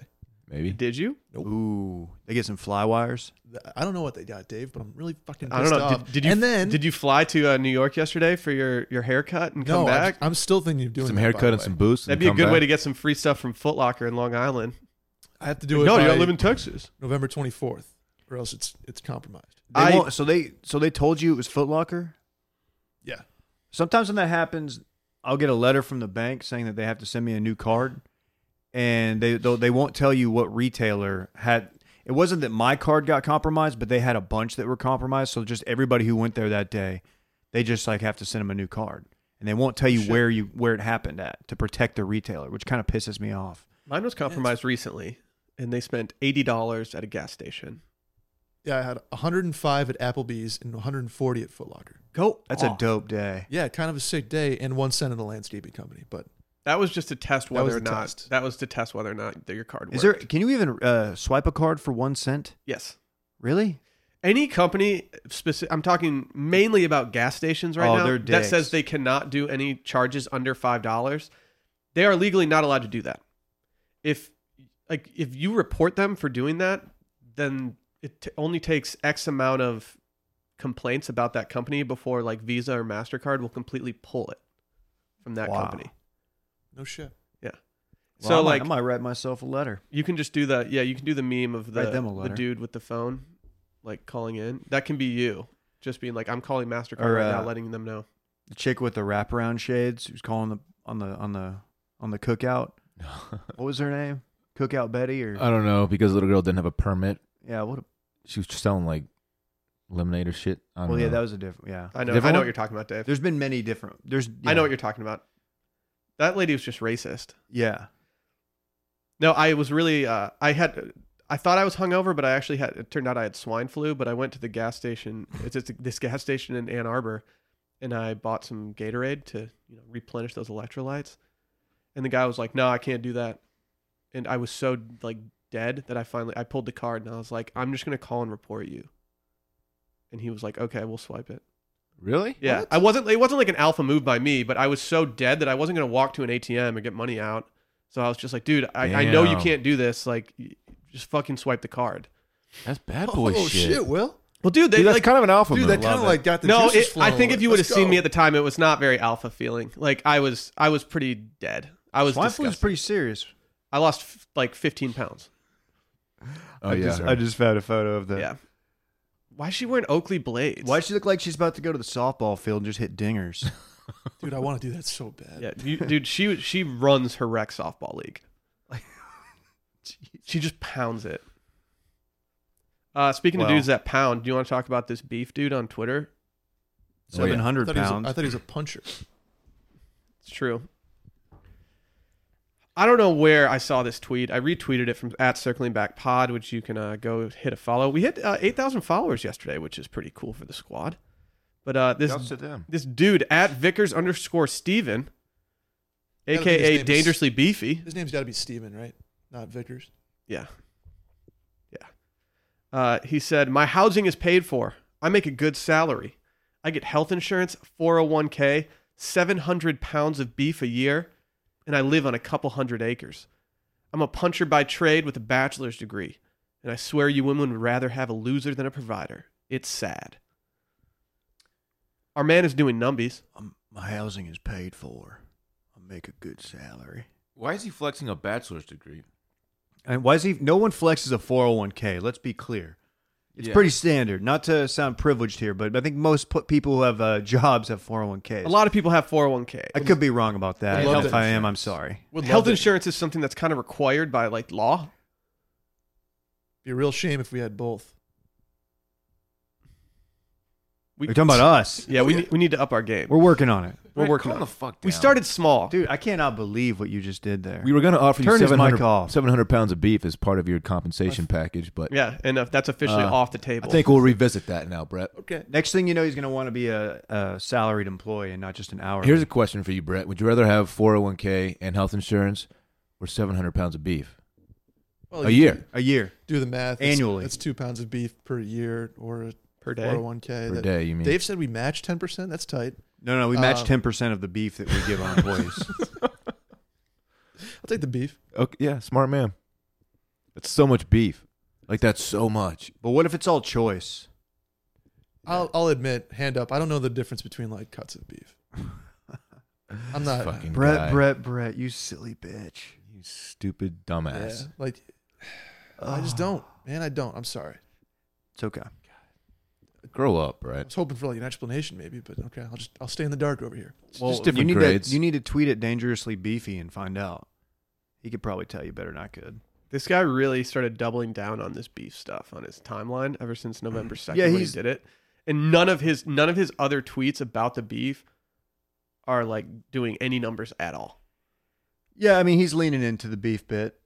[SPEAKER 3] Maybe.
[SPEAKER 1] Did you?
[SPEAKER 2] Ooh, they get some fly wires.
[SPEAKER 4] Th- I don't know what they got, Dave, but I'm really fucking.
[SPEAKER 1] I don't
[SPEAKER 4] pissed
[SPEAKER 1] know.
[SPEAKER 4] off.
[SPEAKER 1] Did, did you?
[SPEAKER 4] And then
[SPEAKER 1] did you fly to uh, New York yesterday for your your haircut and come
[SPEAKER 4] no, I'm-
[SPEAKER 1] back?
[SPEAKER 4] I'm, still thinking of doing
[SPEAKER 3] Some
[SPEAKER 4] that, by
[SPEAKER 3] haircut
[SPEAKER 4] the
[SPEAKER 3] and
[SPEAKER 4] way.
[SPEAKER 3] some boots.
[SPEAKER 1] That'd be a good way to get some free stuff from Foot Locker in Long Island.
[SPEAKER 4] I have to do it.
[SPEAKER 1] no, dude,
[SPEAKER 4] by
[SPEAKER 1] I live in Texas.
[SPEAKER 4] November twenty fourth, or else it's it's compromised.
[SPEAKER 2] They
[SPEAKER 1] I-
[SPEAKER 2] won't- so they so they told you it was Foot Locker.
[SPEAKER 4] Yeah,
[SPEAKER 2] Sometimes when that happens, I'll get a letter from the bank saying that they have to send me a new card, and they they'll- they won't tell you what retailer had. It wasn't that my card got compromised, but they had a bunch that were compromised. So just everybody who went there that day, they just like have to send them a new card, and they won't tell you
[SPEAKER 1] Shit.
[SPEAKER 2] where you where it happened at to protect the retailer, which kind of pisses me off.
[SPEAKER 1] Mine was compromised recently, and they spent eighty dollars at a gas station.
[SPEAKER 4] Yeah, I had 105 at Applebee's and 140 at Foot Locker.
[SPEAKER 1] Go.
[SPEAKER 2] That's a
[SPEAKER 1] off.
[SPEAKER 2] dope day.
[SPEAKER 4] Yeah, kind of a sick day, and one cent at a landscaping company. But
[SPEAKER 1] That was just to test
[SPEAKER 4] was
[SPEAKER 1] whether or
[SPEAKER 4] the
[SPEAKER 1] not
[SPEAKER 4] test.
[SPEAKER 1] that was to test whether or not that your card.
[SPEAKER 2] Is there?
[SPEAKER 1] worked.
[SPEAKER 2] Can you even uh, swipe a card for one cent?
[SPEAKER 1] Yes.
[SPEAKER 2] Really?
[SPEAKER 1] Any company specific, I'm talking mainly about gas stations right
[SPEAKER 2] Oh,
[SPEAKER 1] now
[SPEAKER 2] they're
[SPEAKER 1] that
[SPEAKER 2] dicks.
[SPEAKER 1] says they cannot do any charges under five dollars. They are legally not allowed to do that. If like if you report them for doing that, then it t- only takes X amount of complaints about that company before like Visa or Mastercard will completely pull it from that
[SPEAKER 2] Wow.
[SPEAKER 1] company.
[SPEAKER 4] no shit.
[SPEAKER 2] Well,
[SPEAKER 1] so
[SPEAKER 2] I might-
[SPEAKER 1] like
[SPEAKER 2] I might write myself a letter.
[SPEAKER 1] you can just do the yeah you can do the meme of the,
[SPEAKER 2] Write them a
[SPEAKER 1] the
[SPEAKER 2] letter.
[SPEAKER 1] dude with the phone like calling in that can be you just being like i'm calling mastercard
[SPEAKER 2] Or,
[SPEAKER 1] right now
[SPEAKER 2] uh,
[SPEAKER 1] letting them know
[SPEAKER 2] The chick with the wraparound shades who's calling the on the on the on the cookout. What was her name? Cookout Betty
[SPEAKER 1] Uh,
[SPEAKER 2] or
[SPEAKER 3] I don't know because the little girl didn't have a permit.
[SPEAKER 2] yeah? What? A,
[SPEAKER 3] She was selling like lemonade or shit. I don't
[SPEAKER 2] well,
[SPEAKER 3] know.
[SPEAKER 2] yeah, that was a different. Yeah,
[SPEAKER 1] i know
[SPEAKER 3] different
[SPEAKER 1] i know
[SPEAKER 3] one?
[SPEAKER 1] what you're talking about dave
[SPEAKER 2] there's been many different. There's
[SPEAKER 1] i know what
[SPEAKER 2] yeah.
[SPEAKER 1] you're talking about that lady was just racist
[SPEAKER 2] yeah.
[SPEAKER 1] no i was really uh, i had i thought i was hungover but i actually had it turned out i had swine flu but i went to the gas station it's it's this gas station in ann arbor and i bought some gatorade to you know replenish those electrolytes and the guy was like no i can't do that and i was so like dead that i finally i pulled the card and i was like i'm just going to call and report you and he was like okay we'll swipe it
[SPEAKER 3] really.
[SPEAKER 1] yeah i wasn't it wasn't like an alpha move by me but i was so dead that i wasn't going to walk to an atm and get money out so i was just like dude i, I know you
[SPEAKER 3] Damn.
[SPEAKER 1] can't do this like y- just fucking swipe the card
[SPEAKER 3] That's bad boy
[SPEAKER 4] oh
[SPEAKER 3] shit.
[SPEAKER 4] shit, Will.
[SPEAKER 1] well dude they
[SPEAKER 3] Dude, that's
[SPEAKER 1] like
[SPEAKER 3] kind of an alpha
[SPEAKER 4] Dude,
[SPEAKER 3] move.
[SPEAKER 4] that kind of
[SPEAKER 2] it.
[SPEAKER 4] like got the
[SPEAKER 1] no
[SPEAKER 4] juices
[SPEAKER 1] it, i
[SPEAKER 4] flowing.
[SPEAKER 1] think if you would have
[SPEAKER 4] Let's
[SPEAKER 1] seen
[SPEAKER 4] go.
[SPEAKER 1] me at the time it was not very alpha feeling like i was i was pretty dead i was
[SPEAKER 2] Swine flu is
[SPEAKER 1] disgusted.
[SPEAKER 2] pretty serious.
[SPEAKER 1] i lost f- like 15 pounds
[SPEAKER 3] oh
[SPEAKER 2] I
[SPEAKER 3] yeah.
[SPEAKER 2] just
[SPEAKER 3] I
[SPEAKER 2] I
[SPEAKER 3] heard.
[SPEAKER 2] just found a photo of the.
[SPEAKER 1] yeah why is she wearing oakley blades
[SPEAKER 2] Why does she look like she's about to go to the softball field and just hit dingers?
[SPEAKER 4] dude, I want to do that so bad.
[SPEAKER 1] yeah you, dude she she runs her rec softball league she just pounds it. Uh, speaking of
[SPEAKER 2] Well.
[SPEAKER 1] dudes that pound, do you want to talk about this beef dude on Twitter?
[SPEAKER 3] Oh, yeah.
[SPEAKER 2] Seven
[SPEAKER 4] I
[SPEAKER 2] hundred
[SPEAKER 4] thought, he was a,
[SPEAKER 2] pounds.
[SPEAKER 4] I thought he was a puncher.
[SPEAKER 1] It's true. I don't know where I saw this tweet. I retweeted it from at Circling Back Pod, which you can uh, go hit a follow. We hit uh, eight thousand followers yesterday, which is pretty cool for the squad. But uh, this
[SPEAKER 3] Shouts to them.
[SPEAKER 1] this dude at Vickers underscore Steven,
[SPEAKER 4] Gotta think his
[SPEAKER 1] aka
[SPEAKER 4] name is-
[SPEAKER 1] Dangerously Beefy,
[SPEAKER 4] His name's got to be Steven, right? Not Vickers.
[SPEAKER 1] Yeah. Yeah. Uh, he said, My housing is paid for. I make a good salary. I get health insurance, 401k, 700 pounds of beef a year, and I live on a couple hundred acres. I'm a puncher by trade with a bachelor's degree, and I swear you women would rather have a loser than a provider. It's sad. Our man is doing numbies.
[SPEAKER 2] Um, my housing is paid for. I make a good salary.
[SPEAKER 3] Why is he flexing a bachelor's degree?
[SPEAKER 2] And why is he? No one flexes a four hundred one k. Let's be clear. It's
[SPEAKER 3] Yeah.
[SPEAKER 2] pretty standard. Not to sound privileged here, but I think most pl- people who have uh, jobs have four hundred one k.
[SPEAKER 1] A lot of people have 401k.
[SPEAKER 2] I could be wrong about that.
[SPEAKER 4] I love
[SPEAKER 2] If
[SPEAKER 4] that
[SPEAKER 2] I am, I'm
[SPEAKER 3] insurance.
[SPEAKER 2] sorry.
[SPEAKER 4] Would love
[SPEAKER 1] Health
[SPEAKER 4] it.
[SPEAKER 1] insurance is something that's kind of required by like law.
[SPEAKER 4] Be a real shame if we had both.
[SPEAKER 1] We,
[SPEAKER 2] You're talking about us.
[SPEAKER 1] Yeah, we, need- we need to up our game.
[SPEAKER 2] We're working on it,
[SPEAKER 1] We're
[SPEAKER 3] Right,
[SPEAKER 1] working
[SPEAKER 3] calm
[SPEAKER 1] on
[SPEAKER 3] the
[SPEAKER 1] it.
[SPEAKER 3] fuck
[SPEAKER 1] We
[SPEAKER 3] down.
[SPEAKER 1] started small.
[SPEAKER 2] dude. I cannot believe what you just did there.
[SPEAKER 3] We were going to offer you
[SPEAKER 2] Turn his mic
[SPEAKER 3] 700,
[SPEAKER 2] off.
[SPEAKER 3] 700 pounds of beef as part of your compensation package, but
[SPEAKER 1] Yeah, and uh, that's officially
[SPEAKER 3] Uh,
[SPEAKER 1] off the table.
[SPEAKER 3] I think we'll revisit that now, Brett.
[SPEAKER 4] Okay.
[SPEAKER 2] Next thing you know, he's going to want to be a, a salaried employee and not just an hour.
[SPEAKER 3] Here's a question for you, Brett. Would you rather have 401k and health insurance or 700 pounds of beef
[SPEAKER 2] Oh,
[SPEAKER 4] Well,
[SPEAKER 3] a
[SPEAKER 4] you
[SPEAKER 3] year?
[SPEAKER 2] a year.
[SPEAKER 4] Do the math. It's-
[SPEAKER 2] Annually.
[SPEAKER 4] That's two pounds of beef per year or a
[SPEAKER 1] per day.
[SPEAKER 4] 401k.
[SPEAKER 3] Per
[SPEAKER 4] That-
[SPEAKER 3] day, you mean?
[SPEAKER 4] Dave said we match 10%. That's tight.
[SPEAKER 2] No, no, we match
[SPEAKER 4] Uh,
[SPEAKER 2] ten percent of the beef that we give our employees.
[SPEAKER 4] I'll take the beef.
[SPEAKER 3] Okay, yeah, smart man. That's so much beef. Like, that's so much.
[SPEAKER 2] but what if it's all choice?
[SPEAKER 4] I'll, I'll admit, hand up, I don't know the difference between like cuts of beef. I'm not.
[SPEAKER 3] Fucking
[SPEAKER 2] Brett,
[SPEAKER 3] guy.
[SPEAKER 2] Brett, Brett, you silly bitch.
[SPEAKER 3] You stupid
[SPEAKER 4] yeah,
[SPEAKER 3] dumbass.
[SPEAKER 4] like, I just
[SPEAKER 2] Ugh.
[SPEAKER 4] don't. Man, I don't. I'm sorry.
[SPEAKER 2] It's okay.
[SPEAKER 3] Grow up,
[SPEAKER 4] I
[SPEAKER 3] Brett.
[SPEAKER 4] was hoping for like an explanation maybe, but okay, I'll just, I'll stay in the dark over here.
[SPEAKER 3] It's
[SPEAKER 2] Well,
[SPEAKER 3] just different
[SPEAKER 2] you need
[SPEAKER 3] grades.
[SPEAKER 2] To, you need to tweet it dangerously beefy and find out. He could probably tell you better than I could.
[SPEAKER 1] This guy really started doubling down on this beef stuff on his timeline ever since November second
[SPEAKER 2] Yeah,
[SPEAKER 1] when he
[SPEAKER 2] he's-
[SPEAKER 1] did it, and none of his none of his other tweets about the beef are like doing any numbers at all.
[SPEAKER 2] Yeah, I mean he's leaning into the beef bit.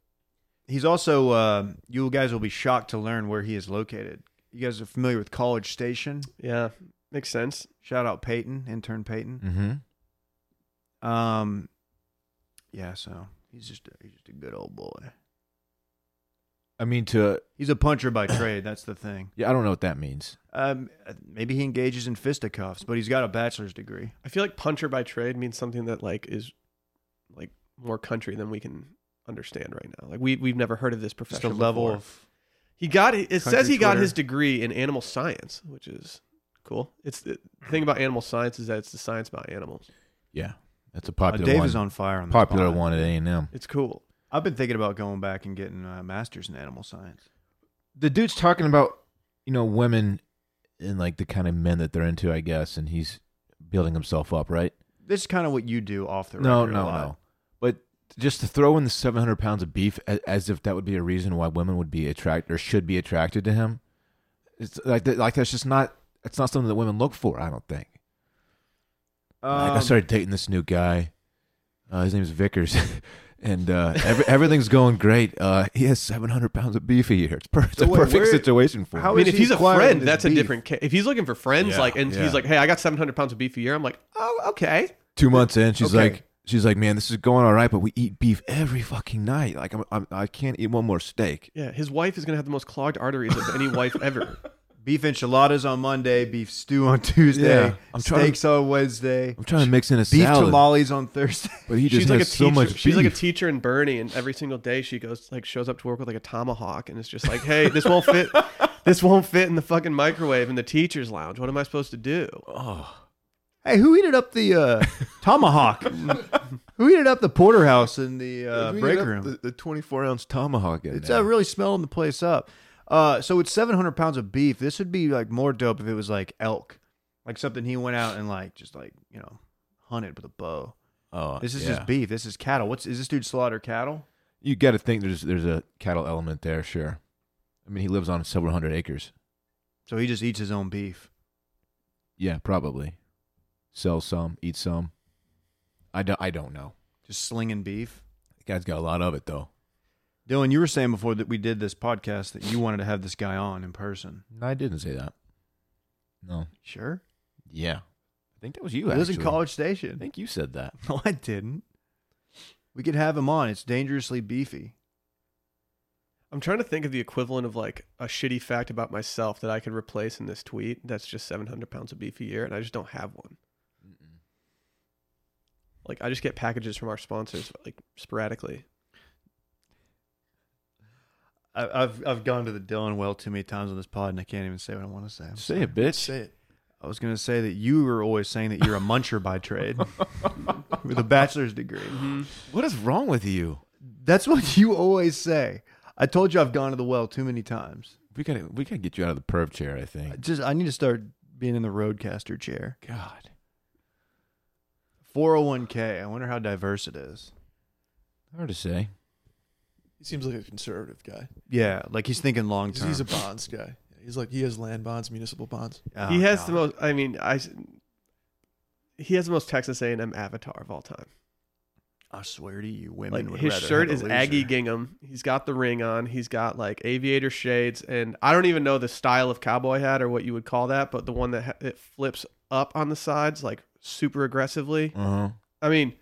[SPEAKER 2] He's also um you guys will be shocked to learn where he is located. You guys are familiar with College Station.
[SPEAKER 1] Yeah, makes sense.
[SPEAKER 2] Shout out Peyton, intern Peyton.
[SPEAKER 3] Mm-hmm.
[SPEAKER 2] Um, yeah, so he's just a, he's just a good old boy.
[SPEAKER 3] I mean, to
[SPEAKER 2] He's a puncher by trade. That's the thing.
[SPEAKER 3] yeah, I don't know what that means.
[SPEAKER 2] Um, maybe he engages in fisticuffs, but he's got a bachelor's degree.
[SPEAKER 1] I feel like puncher by trade means something that like is like more country than we can understand right now. Like we we've never heard of this
[SPEAKER 2] Just
[SPEAKER 1] profession.
[SPEAKER 2] a level
[SPEAKER 1] before.
[SPEAKER 2] of
[SPEAKER 1] He got it. It says
[SPEAKER 2] Country
[SPEAKER 1] he got
[SPEAKER 2] Twitter.
[SPEAKER 1] his degree in animal science, which is cool. It's the the thing about animal science is that it's the science about animals.
[SPEAKER 3] Yeah, that's a
[SPEAKER 2] uh,
[SPEAKER 3] popular
[SPEAKER 2] Dave
[SPEAKER 3] one.
[SPEAKER 2] is on fire on this
[SPEAKER 3] popular
[SPEAKER 2] pod.
[SPEAKER 3] one at A and M.
[SPEAKER 1] It's cool.
[SPEAKER 2] I've been thinking about going back and getting a master's in animal science.
[SPEAKER 3] The dude's talking about you know women and like the kind of men that they're into, I guess, and he's building himself up, right?
[SPEAKER 2] This is kind of what you do off the
[SPEAKER 3] No,
[SPEAKER 2] record a
[SPEAKER 3] no,
[SPEAKER 2] lot.
[SPEAKER 3] no. But just to throw in the 700 pounds of beef as, as if that would be a reason why women would be attracted or should be attracted to him, it's like that, like that's just not that's not something that women look for. I don't think. like I
[SPEAKER 2] Um,
[SPEAKER 3] started dating this new guy. Uh, his name's Vickers, and uh, every, everything's going great. Uh, he has 700 pounds of beef a year. It's, per- it's
[SPEAKER 2] So
[SPEAKER 3] a
[SPEAKER 2] wait,
[SPEAKER 3] perfect
[SPEAKER 2] where-
[SPEAKER 3] situation for
[SPEAKER 2] how
[SPEAKER 3] him.
[SPEAKER 1] I mean,
[SPEAKER 2] is
[SPEAKER 1] if
[SPEAKER 2] he
[SPEAKER 1] he's a
[SPEAKER 2] acquiring
[SPEAKER 1] friend,
[SPEAKER 2] this
[SPEAKER 1] that's a
[SPEAKER 2] beef?
[SPEAKER 1] different. Ca- if he's looking for friends,
[SPEAKER 3] Yeah,
[SPEAKER 1] like, and
[SPEAKER 3] yeah.
[SPEAKER 1] he's like, "Hey, I got seven hundred pounds of beef a year." I'm like, "Oh, okay."
[SPEAKER 3] Two months in, she's
[SPEAKER 2] Okay.
[SPEAKER 3] like, she's like, man, this is going all right, but we eat beef every fucking night. Like, I'm, I'm, I can't eat one more steak.
[SPEAKER 1] Yeah, his wife is gonna have the most clogged arteries of any wife ever.
[SPEAKER 2] beef enchiladas on Monday, beef stew on Tuesday,
[SPEAKER 3] Yeah, I'm trying to-
[SPEAKER 2] steaks on Wednesday,
[SPEAKER 3] I'm trying to mix in a
[SPEAKER 2] beef
[SPEAKER 3] salad,
[SPEAKER 2] tamales on Thursday.
[SPEAKER 3] but he just
[SPEAKER 1] she's
[SPEAKER 3] has
[SPEAKER 1] like a
[SPEAKER 3] so
[SPEAKER 1] teacher.
[SPEAKER 3] much
[SPEAKER 1] she's like a
[SPEAKER 3] beef.
[SPEAKER 1] teacher in Bernie, and every single day she goes like shows up to work with like a tomahawk, and it's just like, "Hey, this won't fit. This won't fit in the fucking microwave in the teachers' lounge. What am I supposed to do?"
[SPEAKER 2] Hey, who heated up the uh, tomahawk? who heated up the porterhouse in the uh, break room?
[SPEAKER 3] The, 24 ounce tomahawk.
[SPEAKER 2] it's uh, really smelling the place up. Uh, so it's 700 pounds of beef. This would be like more dope if it was like elk, like something he went out and like just like you know hunted with a bow.
[SPEAKER 3] oh,
[SPEAKER 2] This is
[SPEAKER 3] yeah.
[SPEAKER 2] just beef. This is cattle. What's is this dude slaughter cattle?
[SPEAKER 3] You got to think there's there's a cattle element there, sure. I mean, he lives on several hundred acres.
[SPEAKER 2] So he just eats his own beef.
[SPEAKER 3] Yeah, probably. Sell some, eat some. I, do, I don't know.
[SPEAKER 2] Just slinging beef.
[SPEAKER 3] The guy's got a lot of it, though.
[SPEAKER 2] Dylan, you were saying before that we did this podcast that you wanted to have this guy on in person.
[SPEAKER 3] No, I didn't say that. No.
[SPEAKER 2] Sure.
[SPEAKER 3] Yeah. I think that was you,
[SPEAKER 2] He lives in
[SPEAKER 3] actually.
[SPEAKER 2] College
[SPEAKER 3] I
[SPEAKER 2] Station.
[SPEAKER 3] think you said that.
[SPEAKER 2] No, I didn't. We could have him on. It's dangerously beefy.
[SPEAKER 1] I'm trying to think of the equivalent of like a shitty fact about myself that I could replace in this tweet. That's just 700 pounds of beef a year, and I just don't have one. Like I just get packages from our sponsors like sporadically.
[SPEAKER 2] I, I've I've gone to the Dylan well too many times on this pod, and I can't even say what I want to say. I'm
[SPEAKER 3] Say
[SPEAKER 2] sorry.
[SPEAKER 3] it, bitch.
[SPEAKER 4] Say it.
[SPEAKER 2] I was going to say that you were always saying that you're a muncher by trade with a bachelor's degree.
[SPEAKER 3] What is wrong with you?
[SPEAKER 2] That's what you always say. I told you I've gone to the well too many times.
[SPEAKER 3] We gotta we gotta get you out of the perv chair, I
[SPEAKER 2] I
[SPEAKER 3] think.
[SPEAKER 2] just I need to start being in the roadcaster chair.
[SPEAKER 3] God.
[SPEAKER 2] 401k. I wonder how diverse it is.
[SPEAKER 3] Hard to say.
[SPEAKER 4] He seems like a conservative guy.
[SPEAKER 2] Yeah, like he's thinking long
[SPEAKER 4] He's,
[SPEAKER 2] term.
[SPEAKER 4] he's a bonds guy. He's like he has land bonds, municipal bonds.
[SPEAKER 2] Oh,
[SPEAKER 1] he has
[SPEAKER 2] God.
[SPEAKER 1] the most. I mean, I. s- He has the most Texas A&M avatar of all time.
[SPEAKER 2] I swear to you, women.
[SPEAKER 1] Like
[SPEAKER 2] would
[SPEAKER 1] his
[SPEAKER 2] rather
[SPEAKER 1] shirt
[SPEAKER 2] have a
[SPEAKER 1] is
[SPEAKER 2] loser.
[SPEAKER 1] Aggie gingham. He's got the ring on. He's got like aviator shades, and I don't even know the style of cowboy hat or what you would call that, but the one that ha- it flips up on the sides like super aggressively.
[SPEAKER 3] Uh-huh.
[SPEAKER 1] I mean,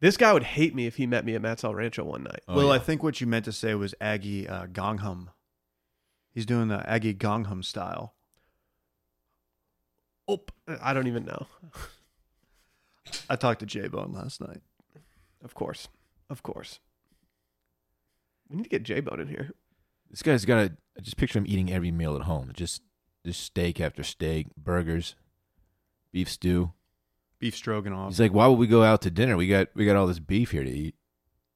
[SPEAKER 1] this guy would hate me if he met me at Matt's El Rancho one night.
[SPEAKER 3] Oh,
[SPEAKER 2] well,
[SPEAKER 3] yeah.
[SPEAKER 2] I think what you meant to say was Aggie uh, Gongham. He's doing the Aggie Gongham style.
[SPEAKER 1] Oh, I don't even know.
[SPEAKER 2] I talked to J Bone last night.
[SPEAKER 1] Of course, of course. We need to get J Bone in here.
[SPEAKER 3] This guy's got a I just picture him eating every meal at home. Just just steak after steak, burgers, beef stew.
[SPEAKER 2] Beef stroganoff,
[SPEAKER 3] He's like, why would we go out to dinner? We got we got all this beef here to eat.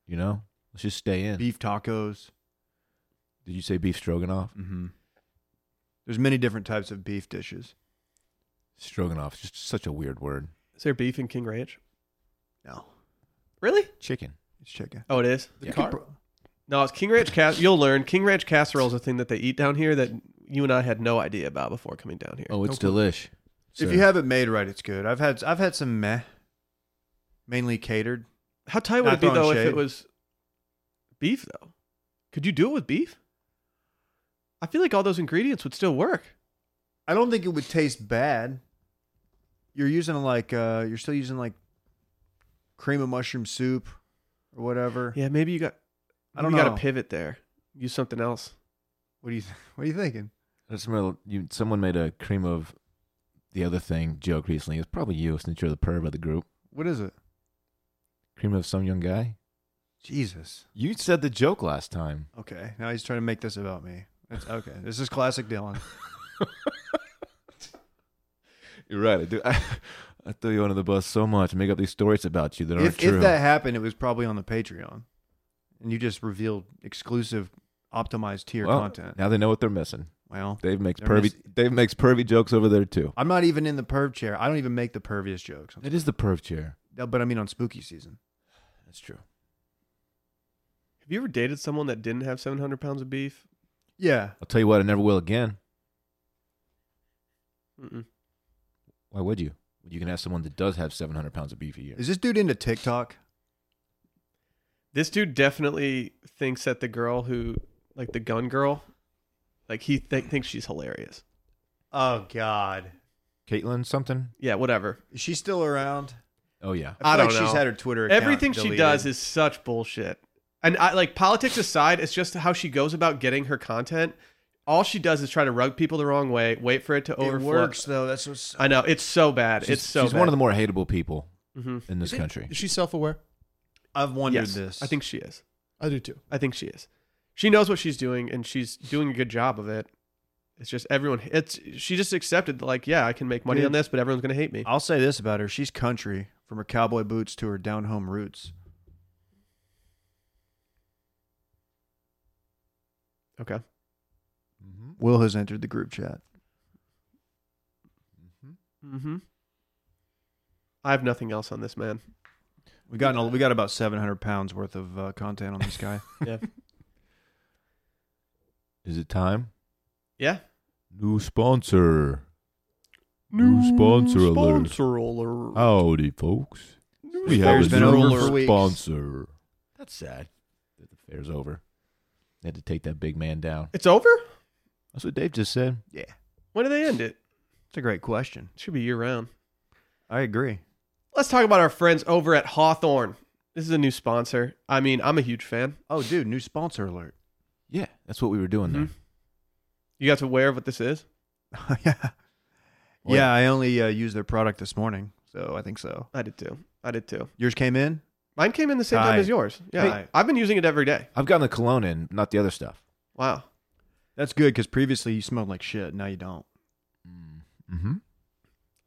[SPEAKER 3] You know, let's just stay in.
[SPEAKER 2] beef tacos.
[SPEAKER 3] Did you say beef stroganoff?
[SPEAKER 2] Mm-hmm. There's many different types of beef dishes.
[SPEAKER 3] Stroganoff is just such a weird word.
[SPEAKER 1] Is there beef in King Ranch?
[SPEAKER 2] No,
[SPEAKER 1] Really?
[SPEAKER 3] Chicken.
[SPEAKER 2] it's chicken.
[SPEAKER 1] Oh, it is.
[SPEAKER 4] The
[SPEAKER 3] Yeah.
[SPEAKER 4] car.
[SPEAKER 1] No, it's King Ranch cas. You'll learn. King Ranch casserole is a thing that they eat down here that you and I had no idea about before coming down here.
[SPEAKER 3] Oh, it's
[SPEAKER 4] No
[SPEAKER 3] delish.
[SPEAKER 2] If you have it made right, it's good. I've had I've had some meh mainly catered.
[SPEAKER 1] How tight would
[SPEAKER 2] Not
[SPEAKER 1] it be
[SPEAKER 2] throwing
[SPEAKER 1] though if
[SPEAKER 2] shade.
[SPEAKER 1] it was beef though? Could you do it with beef? I feel like all those ingredients would still work.
[SPEAKER 2] I don't think it would taste bad. You're using like uh you're still using like cream of mushroom soup or whatever.
[SPEAKER 1] Yeah, maybe you got.
[SPEAKER 2] I don't
[SPEAKER 1] you
[SPEAKER 2] know.
[SPEAKER 1] Got to pivot there. Use something else.
[SPEAKER 2] What do you th- what are you thinking?
[SPEAKER 3] I just remember you, someone made a cream of the other thing joke recently. It's probably you since you're the perv of the group.
[SPEAKER 2] What is it?
[SPEAKER 3] Cream of some young guy.
[SPEAKER 2] Jesus.
[SPEAKER 3] You said the joke last time.
[SPEAKER 2] Okay. Now he's trying to make this about me. It's okay. This is classic Dylan.
[SPEAKER 3] You're right. I do. I, I threw you under the bus so much. Make up these stories about you that aren't
[SPEAKER 2] If,
[SPEAKER 3] true.
[SPEAKER 2] if that happened, it was probably on the Patreon. And you just revealed exclusive optimized tier
[SPEAKER 3] Well,
[SPEAKER 2] content.
[SPEAKER 3] Now they know what they're missing.
[SPEAKER 2] Well,
[SPEAKER 3] Dave makes
[SPEAKER 2] They're
[SPEAKER 3] pervy.
[SPEAKER 2] miss-
[SPEAKER 3] Dave makes pervy jokes over there too.
[SPEAKER 2] I'm not even in the perv chair. I don't even make the perviest jokes.
[SPEAKER 3] It is the perv chair.
[SPEAKER 2] No, But I mean on spooky season.
[SPEAKER 3] That's true.
[SPEAKER 1] Have you ever dated someone that didn't have 700 pounds of beef?
[SPEAKER 2] Yeah.
[SPEAKER 3] I'll tell you what. I never will again.
[SPEAKER 1] Mm-mm.
[SPEAKER 3] Why would you? You can ask someone that does have 700 pounds of beef a year.
[SPEAKER 2] Is this dude into TikTok?
[SPEAKER 1] This dude definitely thinks that the girl who, like the gun girl, like he th- thinks she's hilarious.
[SPEAKER 2] Oh God.
[SPEAKER 3] Caitlin something?
[SPEAKER 1] Yeah, whatever.
[SPEAKER 2] Is she still around?
[SPEAKER 3] Oh yeah.
[SPEAKER 1] I
[SPEAKER 2] feel
[SPEAKER 1] don't
[SPEAKER 2] like she's
[SPEAKER 1] know.
[SPEAKER 2] had her Twitter account
[SPEAKER 1] Everything she
[SPEAKER 2] deleted.
[SPEAKER 1] does is such bullshit. And I like politics aside, it's just how she goes about getting her content. All she does is try to rug people the wrong way, wait for it to
[SPEAKER 2] it
[SPEAKER 1] overflow.
[SPEAKER 2] works though. That's what's
[SPEAKER 1] I know it's so bad.
[SPEAKER 3] She's-
[SPEAKER 1] it's so.
[SPEAKER 3] She's
[SPEAKER 1] bad.
[SPEAKER 3] one of the more hateable people
[SPEAKER 1] Mhm.
[SPEAKER 3] in this
[SPEAKER 4] Is it-
[SPEAKER 3] country.
[SPEAKER 4] Is she self-aware?
[SPEAKER 2] I've wondered
[SPEAKER 1] Yes,
[SPEAKER 2] this.
[SPEAKER 1] I think she is.
[SPEAKER 4] I do too.
[SPEAKER 1] I think she is. She knows what she's doing, and she's doing a good job of it. It's just everyone. It's she just accepted that, like, yeah, I can make money
[SPEAKER 2] Dude.
[SPEAKER 1] on this, but everyone's gonna hate me.
[SPEAKER 2] I'll say this about her: she's country from her cowboy boots to her down home roots.
[SPEAKER 1] Okay.
[SPEAKER 3] Mm-hmm.
[SPEAKER 2] Will has entered the group chat.
[SPEAKER 1] Mm-hmm. I have nothing else on this man.
[SPEAKER 2] We got an- we got about seven hundred pounds worth of uh, content on this guy.
[SPEAKER 3] Is it time?
[SPEAKER 1] Yeah.
[SPEAKER 3] New sponsor. New sponsor alert.
[SPEAKER 1] alert.
[SPEAKER 3] Howdy, folks.
[SPEAKER 1] New
[SPEAKER 3] We have
[SPEAKER 2] fair's
[SPEAKER 3] a
[SPEAKER 2] been
[SPEAKER 3] new
[SPEAKER 2] over for weeks.
[SPEAKER 3] sponsor. That's sad. That the fair's over. They had to take that big man down.
[SPEAKER 1] It's over?
[SPEAKER 3] That's what Dave just said.
[SPEAKER 2] yeah,
[SPEAKER 1] When do they end it?
[SPEAKER 2] it's a great question.
[SPEAKER 1] It should be year round.
[SPEAKER 2] I agree.
[SPEAKER 1] Let's talk about our friends over at Hawthorne. This is a new sponsor. I mean, I'm a huge fan.
[SPEAKER 2] Oh, dude, new sponsor alert.
[SPEAKER 3] Yeah, that's what we were doing there.
[SPEAKER 1] Mhm. You guys aware of what this is?
[SPEAKER 2] yeah, yeah. I only uh, used their product this morning, so I think so.
[SPEAKER 1] I did too. I did too.
[SPEAKER 2] Yours came in.
[SPEAKER 1] Mine came in the same
[SPEAKER 2] Aye.
[SPEAKER 1] time as yours. Yeah.
[SPEAKER 2] Aye.
[SPEAKER 1] I've been using it every day.
[SPEAKER 3] I've gotten the cologne in, not the other stuff.
[SPEAKER 1] Wow.
[SPEAKER 2] That's good because previously you smelled like shit. Now you don't.
[SPEAKER 3] Mm-hmm.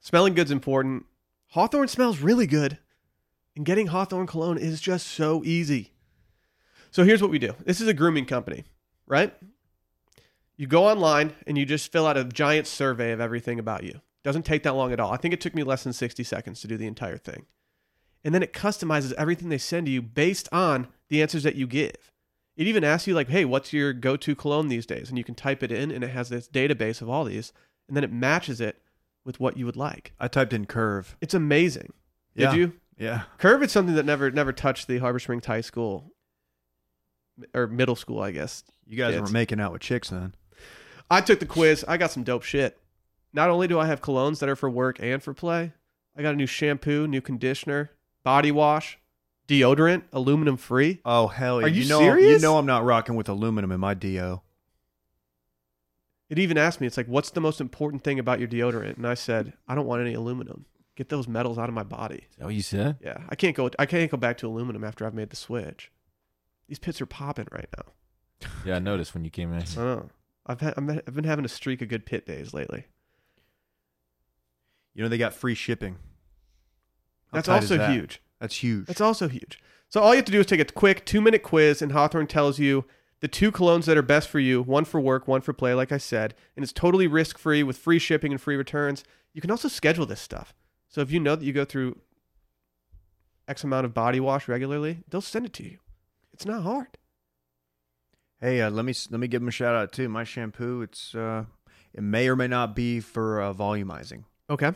[SPEAKER 1] Smelling good's important. Hawthorne smells really good. And getting Hawthorne cologne is just so easy. So here's what we do this is a grooming company, right? You go online and you just fill out a giant survey of everything about you. Doesn't take that long at all. I think it took me less than 60 seconds to do the entire thing. And then it customizes everything they send to you based on the answers that you give. It even asks you, like, hey, what's your go to cologne these days? And you can type it in, and it has this database of all these, and then it matches it with what you would like.
[SPEAKER 2] I typed in curve.
[SPEAKER 1] It's amazing.
[SPEAKER 2] yeah.
[SPEAKER 1] Did you?
[SPEAKER 2] Yeah.
[SPEAKER 1] Curve is something that never never touched the Harbor Springs High School or middle school, I guess.
[SPEAKER 2] You guys
[SPEAKER 1] Kids.
[SPEAKER 2] were making out with chicks then.
[SPEAKER 1] I took the quiz. I got some dope shit. Not only do I have colognes that are for work and for play, I got a new shampoo, new conditioner, body wash, deodorant, aluminum free.
[SPEAKER 2] Oh hell yeah!
[SPEAKER 1] Are you
[SPEAKER 2] know,
[SPEAKER 1] serious?
[SPEAKER 2] You know I'm not rocking with aluminum in my do.
[SPEAKER 1] It even asked me, it's like, what's the most important thing about your deodorant? And I said, I don't want any aluminum. Get those metals out of my body.
[SPEAKER 3] Is that what you said?
[SPEAKER 1] Yeah, I can't go. I can't go back to aluminum after I've made the switch. These pits are popping right now.
[SPEAKER 3] Yeah, I noticed when you came in.
[SPEAKER 1] I know. I've had, I'm, I've been having a streak of good pit days lately.
[SPEAKER 2] You know they got free shipping. How
[SPEAKER 1] That's
[SPEAKER 2] tight is
[SPEAKER 1] also
[SPEAKER 2] that?
[SPEAKER 1] huge.
[SPEAKER 2] That's huge.
[SPEAKER 1] That's also huge. So all you have to do is take a quick two minute quiz, and Hawthorne tells you the two colognes that are best for you one for work, one for play, like I said. And it's totally risk free with free shipping and free returns. You can also schedule this stuff. So if you know that you go through X amount of body wash regularly, they'll send it to you. It's not hard.
[SPEAKER 2] hey, uh, let me let me give them a shout out too. My shampoo, it's uh, it may or may not be for uh, volumizing,
[SPEAKER 1] Okay.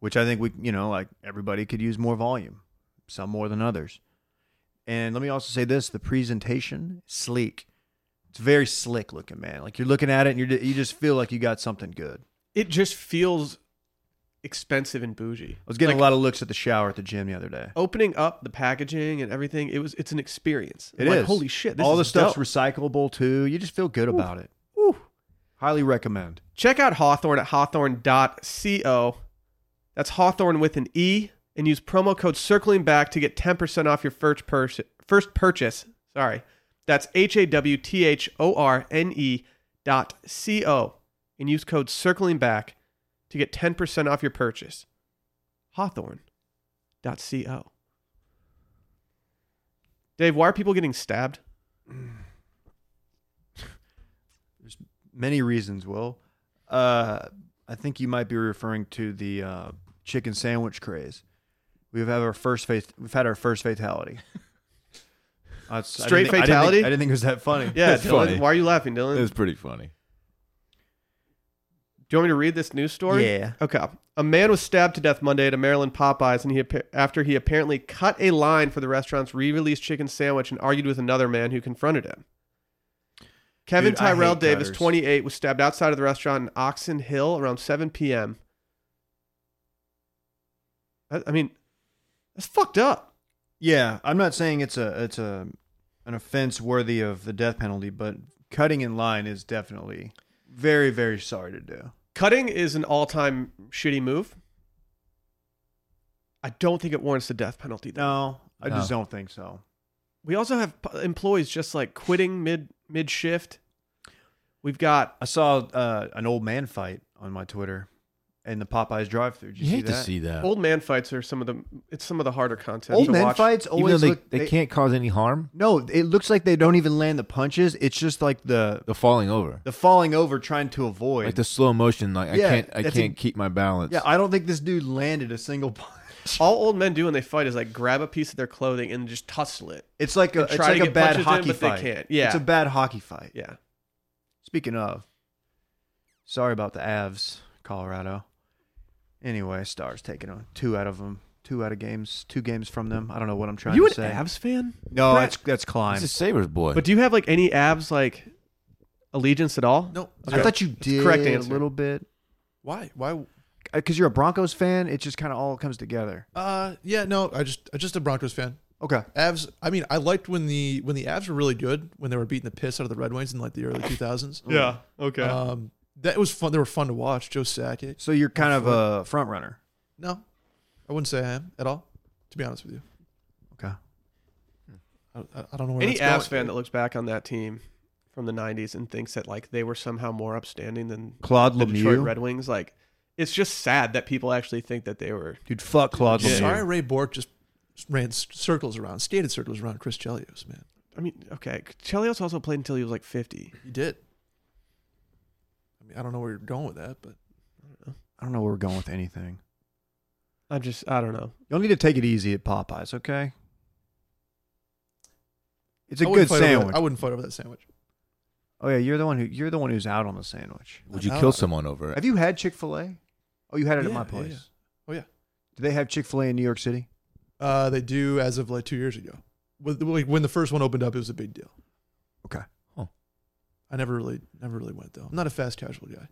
[SPEAKER 2] which I think we you know like everybody could use more volume. some more than others. And let me also say this: the presentation sleek. It's very slick looking, man. Like you're looking at it, and you're ju- you just feel like you got something good.
[SPEAKER 1] It just feels expensive and bougie.
[SPEAKER 2] I was getting
[SPEAKER 1] Like, Oh,
[SPEAKER 2] a lot of looks at the shower at the gym the other day.
[SPEAKER 1] opening up the packaging and everything. It was it's an experience.
[SPEAKER 2] It is
[SPEAKER 1] I'm like, holy shit. This
[SPEAKER 2] All the
[SPEAKER 1] is
[SPEAKER 2] stuff's
[SPEAKER 1] dope.
[SPEAKER 2] recyclable too. You just feel good about it.
[SPEAKER 1] Woo.
[SPEAKER 2] Highly recommend.
[SPEAKER 1] Check out Hawthorne at hawthorne.co. That's Hawthorne with an E. And use promo code circling back to get 10% off your first, pers- first purchase. Sorry. That's H A W T H O R N E dot C O. And use code circling back to get 10% off your purchase. Hawthorne dot co. Dave, why are people getting stabbed?
[SPEAKER 2] Many reasons. Will. uh, I think you might be referring to the uh, chicken sandwich craze. We've had our first faith. We've had our first fatality. That's- I didn't
[SPEAKER 1] Straight
[SPEAKER 2] think- I didn't think-
[SPEAKER 1] fatality?
[SPEAKER 2] I didn't think it was that funny.
[SPEAKER 1] Yeah,
[SPEAKER 3] That's
[SPEAKER 1] Dylan,
[SPEAKER 3] funny.
[SPEAKER 1] why are you laughing, Dylan?
[SPEAKER 3] It was pretty funny.
[SPEAKER 1] Do you want me to read this news story?
[SPEAKER 2] Yeah.
[SPEAKER 1] Okay. A man was stabbed to death Monday at a Maryland Popeyes, and he appa- after he apparently cut a line for the restaurant's re-released chicken sandwich and argued with another man who confronted him. Kevin
[SPEAKER 2] Dude, I
[SPEAKER 1] Tyrell
[SPEAKER 2] hate
[SPEAKER 1] Davis,
[SPEAKER 2] cutters.
[SPEAKER 1] 28, was stabbed outside of the restaurant in Oxon Hill around 7 p.m. I, I mean, that's fucked up.
[SPEAKER 2] Yeah, I'm not saying it's a it's a an offense worthy of the death penalty, but cutting in line is definitely very very sorry to do.
[SPEAKER 1] Cutting is an all-time shitty move. I don't think it warrants the death penalty. though.
[SPEAKER 2] No, I
[SPEAKER 3] No.
[SPEAKER 2] just don't think so.
[SPEAKER 1] We also have p- employees just like quitting mid mid shift. We've got
[SPEAKER 2] I saw uh, an old man fight on my Twitter in the Popeyes drive-through. Did you,
[SPEAKER 3] You,
[SPEAKER 2] see
[SPEAKER 3] hate
[SPEAKER 2] that?
[SPEAKER 3] to see that.
[SPEAKER 1] old man fights are some of the it's some of the harder content.
[SPEAKER 2] old
[SPEAKER 1] to
[SPEAKER 2] men
[SPEAKER 1] watch.
[SPEAKER 2] fights
[SPEAKER 3] Even though
[SPEAKER 2] always
[SPEAKER 3] they,
[SPEAKER 2] look
[SPEAKER 3] they, can't cause any harm,
[SPEAKER 2] No, it looks like they don't even land the punches. It's just like the
[SPEAKER 3] the falling over,
[SPEAKER 2] the falling over trying to avoid.
[SPEAKER 3] like the slow motion. Like
[SPEAKER 2] Yeah,
[SPEAKER 3] I can't, I
[SPEAKER 2] it's
[SPEAKER 3] can't
[SPEAKER 2] a-
[SPEAKER 3] keep my balance.
[SPEAKER 2] yeah, I don't think this dude landed a single punch.
[SPEAKER 1] All old men do when they fight is like grab a piece of their clothing and just tussle it.
[SPEAKER 2] It's like a
[SPEAKER 1] And
[SPEAKER 2] it's
[SPEAKER 1] try to
[SPEAKER 2] like a
[SPEAKER 1] get
[SPEAKER 2] bad
[SPEAKER 1] punches in,
[SPEAKER 2] hockey
[SPEAKER 1] but they
[SPEAKER 2] fight.
[SPEAKER 1] can't. Yeah.
[SPEAKER 2] it's a bad hockey fight.
[SPEAKER 1] Yeah.
[SPEAKER 2] Speaking of, sorry about the Avs, Colorado. Anyway, Stars taking on two out of them, two out of games, two games from them. I don't know what I'm trying
[SPEAKER 1] you
[SPEAKER 2] to
[SPEAKER 1] an
[SPEAKER 2] say.
[SPEAKER 1] Avs fan?
[SPEAKER 2] No,
[SPEAKER 1] Brett?
[SPEAKER 2] that's that's Klein.
[SPEAKER 3] he's a Sabres boy.
[SPEAKER 1] But do you have like any Avs like allegiance at all?
[SPEAKER 4] No.
[SPEAKER 2] I thought you did
[SPEAKER 1] correct
[SPEAKER 2] a
[SPEAKER 1] answer.
[SPEAKER 2] little bit
[SPEAKER 4] Why? Why?
[SPEAKER 2] because you're a Broncos fan. It just kind of all comes together.
[SPEAKER 4] Uh, yeah, no. I just, I just a Broncos fan.
[SPEAKER 2] Okay,
[SPEAKER 4] Avs. I mean, I liked when the when the Avs were really good when they were beating the piss out of the Red Wings in like the early 2000s.
[SPEAKER 1] Yeah. Okay.
[SPEAKER 4] Um, that was fun. They were fun to watch. Joe Sakic.
[SPEAKER 2] so you're kind of a front runner.
[SPEAKER 4] No, I wouldn't say I am at all. To be honest with you,
[SPEAKER 2] Okay,
[SPEAKER 4] I, I- I don't know where
[SPEAKER 1] any
[SPEAKER 4] that's
[SPEAKER 1] Avs
[SPEAKER 4] going.
[SPEAKER 1] fan that looks back on that team from the 90s and thinks that like they were somehow more upstanding than
[SPEAKER 2] Claude
[SPEAKER 1] the Detroit
[SPEAKER 2] Lemieux,
[SPEAKER 1] Red Wings like it's just sad that people actually think that they were
[SPEAKER 2] dude. Fuck Claude Lemieux.
[SPEAKER 4] Sorry, Ray Bork just ran s- circles around, skated circles around Chris Chelios. Man,
[SPEAKER 1] I mean, okay. Chelios also played until he was like 50.
[SPEAKER 4] he did. I mean, I don't know where you're going with that, but
[SPEAKER 2] I don't know where we're going with anything.
[SPEAKER 1] I'm just, I don't know.
[SPEAKER 2] You'll need to take it easy at Popeyes, okay? It's a
[SPEAKER 4] I
[SPEAKER 2] good
[SPEAKER 4] wouldn't fight over that-
[SPEAKER 2] sandwich.
[SPEAKER 4] I wouldn't fight over that sandwich.
[SPEAKER 2] Oh yeah, you're the one who you're the one who's out on the sandwich.
[SPEAKER 3] Would you
[SPEAKER 4] I
[SPEAKER 3] kill
[SPEAKER 4] don't-
[SPEAKER 3] someone over
[SPEAKER 2] Have
[SPEAKER 3] it?
[SPEAKER 2] you had Chick Fil A? Oh, you had it at
[SPEAKER 4] Yeah,
[SPEAKER 2] my
[SPEAKER 4] yeah,
[SPEAKER 2] place.
[SPEAKER 4] yeah. Oh, yeah.
[SPEAKER 2] Do they have Chick Fil A in New York City?
[SPEAKER 4] Uh, they do as of like two years ago. With- like, When the first one opened up, it was a big deal.
[SPEAKER 2] Okay.
[SPEAKER 4] I never really, never really went though. I'm not a fast casual guy.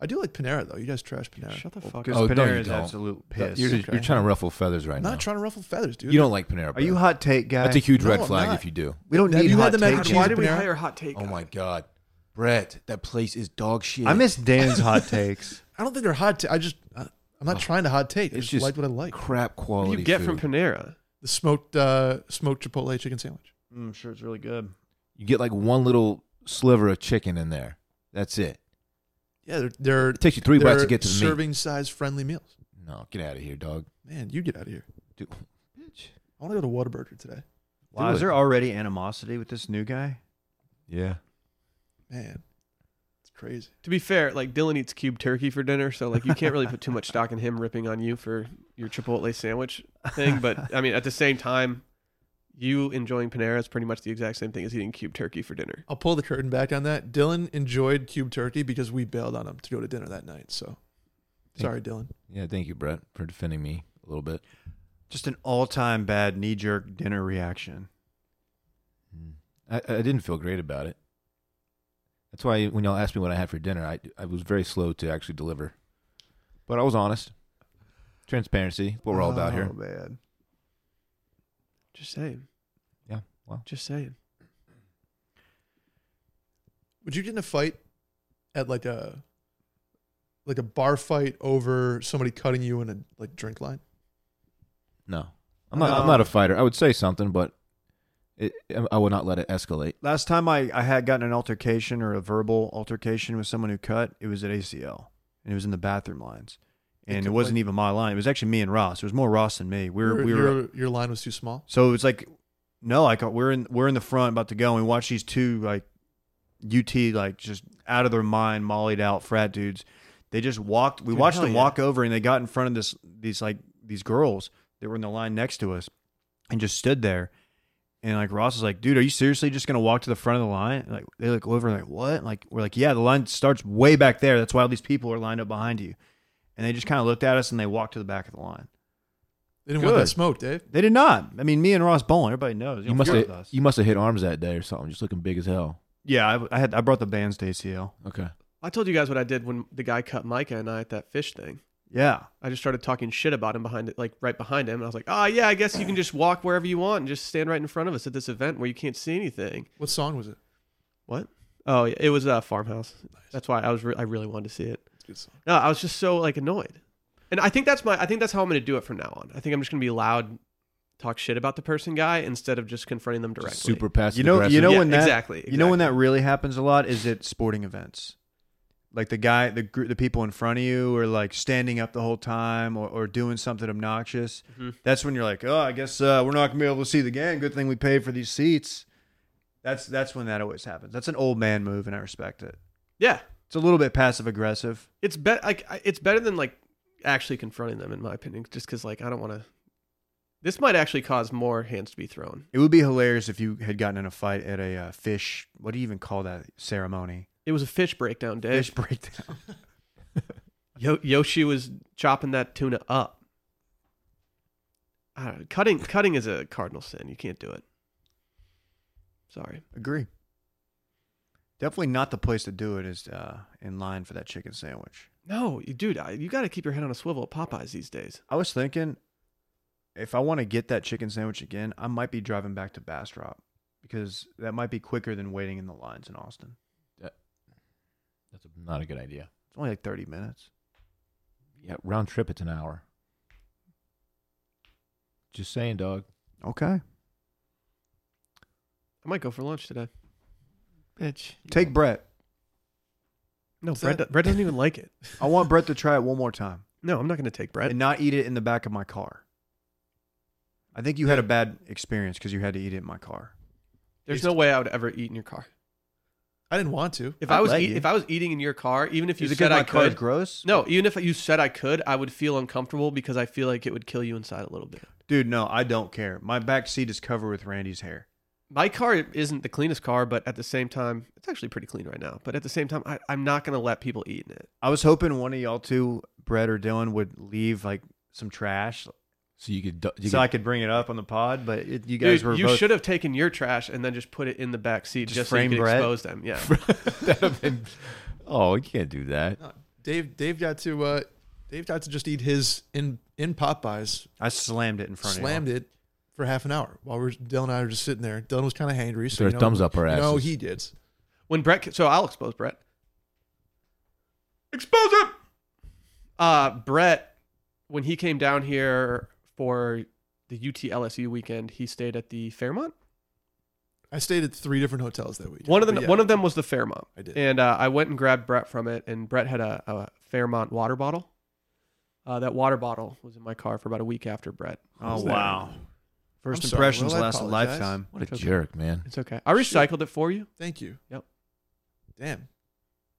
[SPEAKER 4] I do like Panera though. You guys trash Panera.
[SPEAKER 1] Shut the
[SPEAKER 4] Oh,
[SPEAKER 1] fuck
[SPEAKER 2] Because
[SPEAKER 1] up.
[SPEAKER 3] Oh, no,
[SPEAKER 2] Panera
[SPEAKER 3] you
[SPEAKER 2] is
[SPEAKER 3] don't.
[SPEAKER 2] absolute piss.
[SPEAKER 3] You're,
[SPEAKER 4] Okay.
[SPEAKER 3] you're trying to ruffle feathers right
[SPEAKER 4] I'm
[SPEAKER 3] now.
[SPEAKER 4] not trying to ruffle feathers, dude.
[SPEAKER 3] you don't like Panera.
[SPEAKER 2] Are you
[SPEAKER 3] Bread.
[SPEAKER 2] hot take guy?
[SPEAKER 3] That's a huge
[SPEAKER 4] No,
[SPEAKER 3] red
[SPEAKER 4] I'm
[SPEAKER 3] flag
[SPEAKER 4] not.
[SPEAKER 3] if you do.
[SPEAKER 2] we don't
[SPEAKER 4] Have
[SPEAKER 2] need
[SPEAKER 4] you
[SPEAKER 2] hot
[SPEAKER 4] had the mac
[SPEAKER 2] take.
[SPEAKER 4] and
[SPEAKER 2] guys.
[SPEAKER 4] cheese?
[SPEAKER 1] Why did we
[SPEAKER 4] Panera?
[SPEAKER 1] hire Hot Take?
[SPEAKER 3] Oh my god, Brett, that place is dog shit.
[SPEAKER 2] I miss Dan's hot takes.
[SPEAKER 4] I don't think they're hot. ta- I just, I, I'm not trying to hot take. I
[SPEAKER 3] Oh. It's
[SPEAKER 4] just,
[SPEAKER 3] just
[SPEAKER 4] like what I like.
[SPEAKER 3] crap
[SPEAKER 1] What
[SPEAKER 3] quality.
[SPEAKER 1] do you get
[SPEAKER 3] food.
[SPEAKER 1] from Panera?
[SPEAKER 4] The smoked, uh, smoked Chipotle chicken sandwich.
[SPEAKER 2] I'm sure it's really good.
[SPEAKER 3] You get like one little sliver of chicken in there. That's it.
[SPEAKER 4] Yeah, they're they're,
[SPEAKER 3] It takes you three bites to
[SPEAKER 4] they're
[SPEAKER 3] get to the meat.
[SPEAKER 4] serving size friendly meals.
[SPEAKER 3] No, get out of here, dog.
[SPEAKER 4] Man, you get out of here.
[SPEAKER 3] Dude, bitch.
[SPEAKER 4] I want to go to Whataburger today.
[SPEAKER 2] Wow,
[SPEAKER 3] Do
[SPEAKER 2] is
[SPEAKER 3] it.
[SPEAKER 2] there already animosity with this new guy?
[SPEAKER 3] Yeah.
[SPEAKER 4] Man, it's crazy.
[SPEAKER 1] To be fair, like Dylan eats cube turkey for dinner, so like you can't really put too much stock in him ripping on you for your Chipotle sandwich thing. But I mean, at the same time, you enjoying Panera is pretty much the exact same thing as eating cube turkey for dinner.
[SPEAKER 4] I'll pull the curtain back on that. Dylan enjoyed Cube Turkey because we bailed on him to go to dinner that night. So, sorry, Dylan.
[SPEAKER 3] Yeah, thank you, Brett, for defending me a little bit.
[SPEAKER 2] Just an all-time bad knee-jerk dinner reaction.
[SPEAKER 3] Mm. I, I didn't feel great about it. That's why when y'all asked me what I had for dinner, I, I was very slow to actually deliver. But I was honest. Transparency, what we're all about here.
[SPEAKER 2] Oh man.
[SPEAKER 1] Just saying.
[SPEAKER 3] Yeah, well.
[SPEAKER 1] Just saying.
[SPEAKER 4] Would you get in a fight at like a like a bar fight over somebody cutting you in a like drink line?
[SPEAKER 3] No, I'm not. I'm not a fighter. I would say something, but it, um, I would not let it escalate.
[SPEAKER 2] Last time I, I had gotten an altercation or a verbal altercation with someone who cut, it was at ACL and it was in the bathroom lines. And it
[SPEAKER 4] took
[SPEAKER 2] wasn't
[SPEAKER 4] place-
[SPEAKER 2] even my line. It was actually me and Ross. It was more Ross than me. We were,
[SPEAKER 4] your,
[SPEAKER 2] we were
[SPEAKER 4] your, your line was too small.
[SPEAKER 2] So it was like, no, like uh, we're in we're in the front about to go, and we watch these two like UT like just out of their mind, mollied out frat dudes. They just walked. We
[SPEAKER 1] Dude,
[SPEAKER 2] watched
[SPEAKER 1] hell
[SPEAKER 2] them
[SPEAKER 1] yeah.
[SPEAKER 2] walk over, and they got in front of this these like these girls that were in the line next to us, and just stood there. And like Ross was like, dude, are you seriously just gonna walk to the front of the line? And, like they look over and like what? And, like we're like, yeah, the line starts way back there. That's why all these people are lined up behind you. And they just kind of looked at us and they walked to the back of the line.
[SPEAKER 4] They didn't want
[SPEAKER 2] Good.
[SPEAKER 4] that smoke, Dave.
[SPEAKER 2] They did not. I mean, me and Ross Bowling, everybody knows.
[SPEAKER 3] You must
[SPEAKER 2] have.
[SPEAKER 3] have. You must have hit arms that day or something. Just looking big as hell.
[SPEAKER 2] Yeah, I, I had I brought the bands to ACL.
[SPEAKER 3] Okay.
[SPEAKER 1] I told you guys what I did when the guy cut Micah and I at that fish thing.
[SPEAKER 2] Yeah,
[SPEAKER 1] I just started talking shit about him behind it, like right behind him. And I was like, oh, yeah, I guess you can just walk wherever you want and just stand right in front of us at this event where you can't see anything.
[SPEAKER 4] What song was it?
[SPEAKER 1] What? Oh, yeah, it was a farmhouse. That's why I was re- I really wanted to see it.
[SPEAKER 4] It's a good song.
[SPEAKER 1] No, I was just so like annoyed. And I think that's my I think that's how I'm going to do it from now on. I think I'm just going to be loud talk shit about the person guy instead of just confronting them directly.
[SPEAKER 3] Super passive.
[SPEAKER 2] you know, you know
[SPEAKER 1] Yeah,
[SPEAKER 2] when that
[SPEAKER 1] exactly,
[SPEAKER 2] you know when that
[SPEAKER 1] exactly.
[SPEAKER 2] really happens a lot is at sporting events, like the guy, the group, the people in front of you are like standing up the whole time or, or doing something obnoxious.
[SPEAKER 1] Mhm.
[SPEAKER 2] That's when you're like, oh, I guess uh, we're not gonna be able to see the game. Good thing we paid for these seats. That's that's when that always happens. That's an old man move, and I respect it.
[SPEAKER 1] Yeah.
[SPEAKER 2] It's a little bit passive aggressive.
[SPEAKER 1] It's bet like I- it's better than like actually confronting them in my opinion just cuz like I don't want to This might actually cause more hands to be thrown.
[SPEAKER 2] It would be hilarious if you had gotten in a fight at a uh, fish. What do you even call that ceremony?
[SPEAKER 1] It was a fish breakdown day.
[SPEAKER 2] Fish breakdown.
[SPEAKER 1] Yo- Yoshi was chopping that tuna up. I don't know. Cutting cutting is a cardinal sin. You can't do it. Sorry.
[SPEAKER 2] Agree. Definitely not the place to do it is uh, in line for that chicken sandwich.
[SPEAKER 1] No, you, dude, I, you got to keep your head on a swivel at Popeyes these days.
[SPEAKER 2] I was thinking if I want to get that chicken sandwich again, I might be driving back to Bastrop because that might be quicker than waiting in the lines in Austin.
[SPEAKER 3] That's not a good idea.
[SPEAKER 2] It's only like 30 minutes.
[SPEAKER 3] Yeah, round trip. It's an hour. Just saying, dog.
[SPEAKER 2] Okay.
[SPEAKER 1] I might go for lunch today.
[SPEAKER 3] Bitch.
[SPEAKER 2] Take Brett.
[SPEAKER 1] No,
[SPEAKER 4] What's
[SPEAKER 1] Brett,
[SPEAKER 4] that?
[SPEAKER 1] do- Brett doesn't even like it.
[SPEAKER 2] I want Brett to try it one more time
[SPEAKER 1] No, I'm not going to take Brett.
[SPEAKER 2] and not eat it in the back of my car. I think you had a bad experience because you had to eat it in my car.
[SPEAKER 1] There's no way I would ever eat in your car.
[SPEAKER 4] I didn't want to.
[SPEAKER 1] If
[SPEAKER 2] I'd
[SPEAKER 1] i was
[SPEAKER 2] let
[SPEAKER 1] eat,
[SPEAKER 2] you.
[SPEAKER 1] if I was eating in your car, even if you
[SPEAKER 2] Is it
[SPEAKER 1] said
[SPEAKER 2] 'cause my
[SPEAKER 1] I
[SPEAKER 2] car is
[SPEAKER 1] could,
[SPEAKER 2] gross?
[SPEAKER 1] no, even if you said I could, I would feel uncomfortable because I feel like it would kill you inside a little bit.
[SPEAKER 2] Dude, no, I don't care. My back seat is covered with Randy's hair.
[SPEAKER 1] My car isn't the cleanest car, but at the same time, it's actually pretty clean right now. But at the same time, I, I'm not going to let people eat in it.
[SPEAKER 2] I was hoping one of y'all two, Brett or Dylan, would leave like some trash
[SPEAKER 3] So you could. du- You
[SPEAKER 2] so
[SPEAKER 3] could
[SPEAKER 2] I could bring it up on the pod, but it, you guys
[SPEAKER 1] Dude,
[SPEAKER 2] were
[SPEAKER 1] you
[SPEAKER 2] both.
[SPEAKER 1] should have taken your trash and then just put it in the back seat
[SPEAKER 2] Just
[SPEAKER 1] just, so you
[SPEAKER 2] frame
[SPEAKER 1] could
[SPEAKER 2] Brett?
[SPEAKER 1] expose them. Yeah.
[SPEAKER 3] That'd have been- oh, you can't do that.
[SPEAKER 4] No, Dave Dave got to uh, Dave got to just eat his in in Popeyes.
[SPEAKER 2] I slammed it in front
[SPEAKER 4] slammed
[SPEAKER 2] of
[SPEAKER 4] it for half an hour while we are Dylan and I were just sitting there. Dylan was kind of hangry, so
[SPEAKER 3] Threw
[SPEAKER 4] you
[SPEAKER 3] his
[SPEAKER 4] know,
[SPEAKER 3] thumbs up our
[SPEAKER 4] you know
[SPEAKER 3] asses.
[SPEAKER 4] he did.
[SPEAKER 1] When Brett, so I'll expose Brett. Expose him. Uh, Brett, when he came down here for the UT LSU weekend, he stayed at the Fairmont.
[SPEAKER 4] I stayed at three different hotels that week.
[SPEAKER 1] One of them, one of them was the Fairmont.
[SPEAKER 4] I did.
[SPEAKER 1] and uh, I went and grabbed Brett from it, and Brett had a, a Fairmont water bottle. Uh, that water bottle was in my car for about a week after Brett.
[SPEAKER 2] y'all. Oh
[SPEAKER 4] was there.
[SPEAKER 2] wow! 1st
[SPEAKER 4] I'm sorry.
[SPEAKER 2] impressions
[SPEAKER 4] Well, I
[SPEAKER 2] last a
[SPEAKER 4] apologize.
[SPEAKER 2] lifetime.
[SPEAKER 3] What a
[SPEAKER 1] It's okay.
[SPEAKER 3] jerk, man.
[SPEAKER 1] It's okay. I recycled it for you.
[SPEAKER 4] Thank you.
[SPEAKER 1] Yep.
[SPEAKER 4] Damn.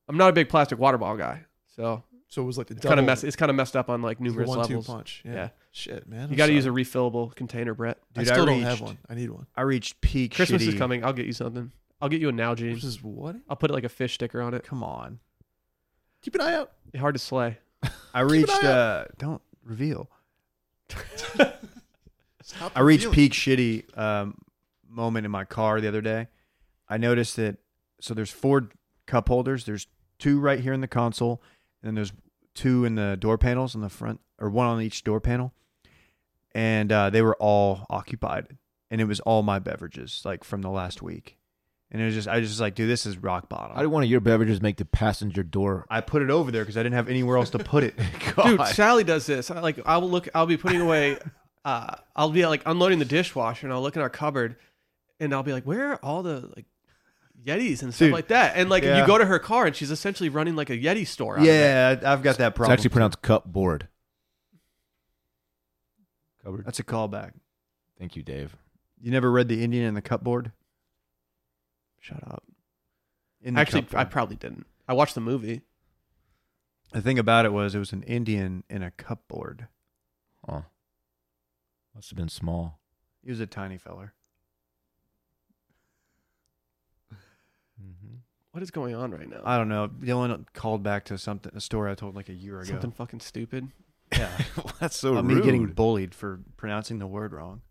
[SPEAKER 1] I'm not a big plastic water bottle guy, so
[SPEAKER 4] So it was like the
[SPEAKER 1] it's kind of
[SPEAKER 4] double-
[SPEAKER 1] mess. It's kind of messed up on like
[SPEAKER 4] it was the
[SPEAKER 1] numerous
[SPEAKER 4] one-two
[SPEAKER 1] levels.
[SPEAKER 4] punch. Yeah.
[SPEAKER 1] Yeah.
[SPEAKER 4] Shit, man.
[SPEAKER 1] You got to use a refillable container, Brett.
[SPEAKER 4] I
[SPEAKER 2] Dude, I
[SPEAKER 4] still don't have
[SPEAKER 2] reached-
[SPEAKER 4] one. I need one.
[SPEAKER 2] I reached peak.
[SPEAKER 1] Christmas is
[SPEAKER 2] shitty-
[SPEAKER 1] coming. I'll get you something. I'll get you a
[SPEAKER 4] This
[SPEAKER 1] Nalgene.
[SPEAKER 4] is what?
[SPEAKER 1] I'll put like a fish sticker on it.
[SPEAKER 2] Come on!
[SPEAKER 4] Keep an eye out.
[SPEAKER 1] Hard to slay.
[SPEAKER 2] I uh,
[SPEAKER 4] Keep an
[SPEAKER 2] reached.
[SPEAKER 4] eye out.
[SPEAKER 2] uh Don't reveal.
[SPEAKER 4] How
[SPEAKER 2] I reached peak
[SPEAKER 4] convenient.
[SPEAKER 2] shitty um, moment in my car the other day. I noticed that so there's four cup holders. There's two right here in the console, and then there's two in the door panels on the front, or one on each door panel, and uh, they were all occupied, and it was all my beverages like from the last week, and it was just I was just like, dude, this is rock bottom.
[SPEAKER 3] How do one of your beverages make the passenger door?
[SPEAKER 2] I put it over there because I didn't have anywhere else to put it.
[SPEAKER 1] Dude, Sally does this. I, like I will look. I'll be putting away. Uh, I'll be like unloading the dishwasher, and I'll look in our cupboard, and I'll be like, "Where are all the like Yetis and stuff
[SPEAKER 2] Dude.
[SPEAKER 1] like that?" And like if
[SPEAKER 2] Yeah.
[SPEAKER 1] you go to her car, and she's essentially running like a Yeti store. out of it.
[SPEAKER 2] yeah, I- I've got that
[SPEAKER 3] It's
[SPEAKER 2] problem.
[SPEAKER 3] actually pronounced cupboard. Cupboard.
[SPEAKER 2] That's a callback.
[SPEAKER 3] Thank you, Dave.
[SPEAKER 2] You never read The Indian and the Cupboard? Shut up. In the
[SPEAKER 1] Actually, I
[SPEAKER 2] cupboard.
[SPEAKER 1] probably didn't. I watched the movie.
[SPEAKER 2] the thing about it was it was an Indian in a cupboard.
[SPEAKER 3] Oh, must have been small.
[SPEAKER 2] He was a tiny feller.
[SPEAKER 3] Mm-hmm.
[SPEAKER 1] What is going on right now?
[SPEAKER 2] I don't know. Dylan called back to something a story I told like a year ago.
[SPEAKER 1] Something fucking stupid.
[SPEAKER 2] Yeah,
[SPEAKER 3] That's so
[SPEAKER 2] About me getting bullied for pronouncing the word wrong.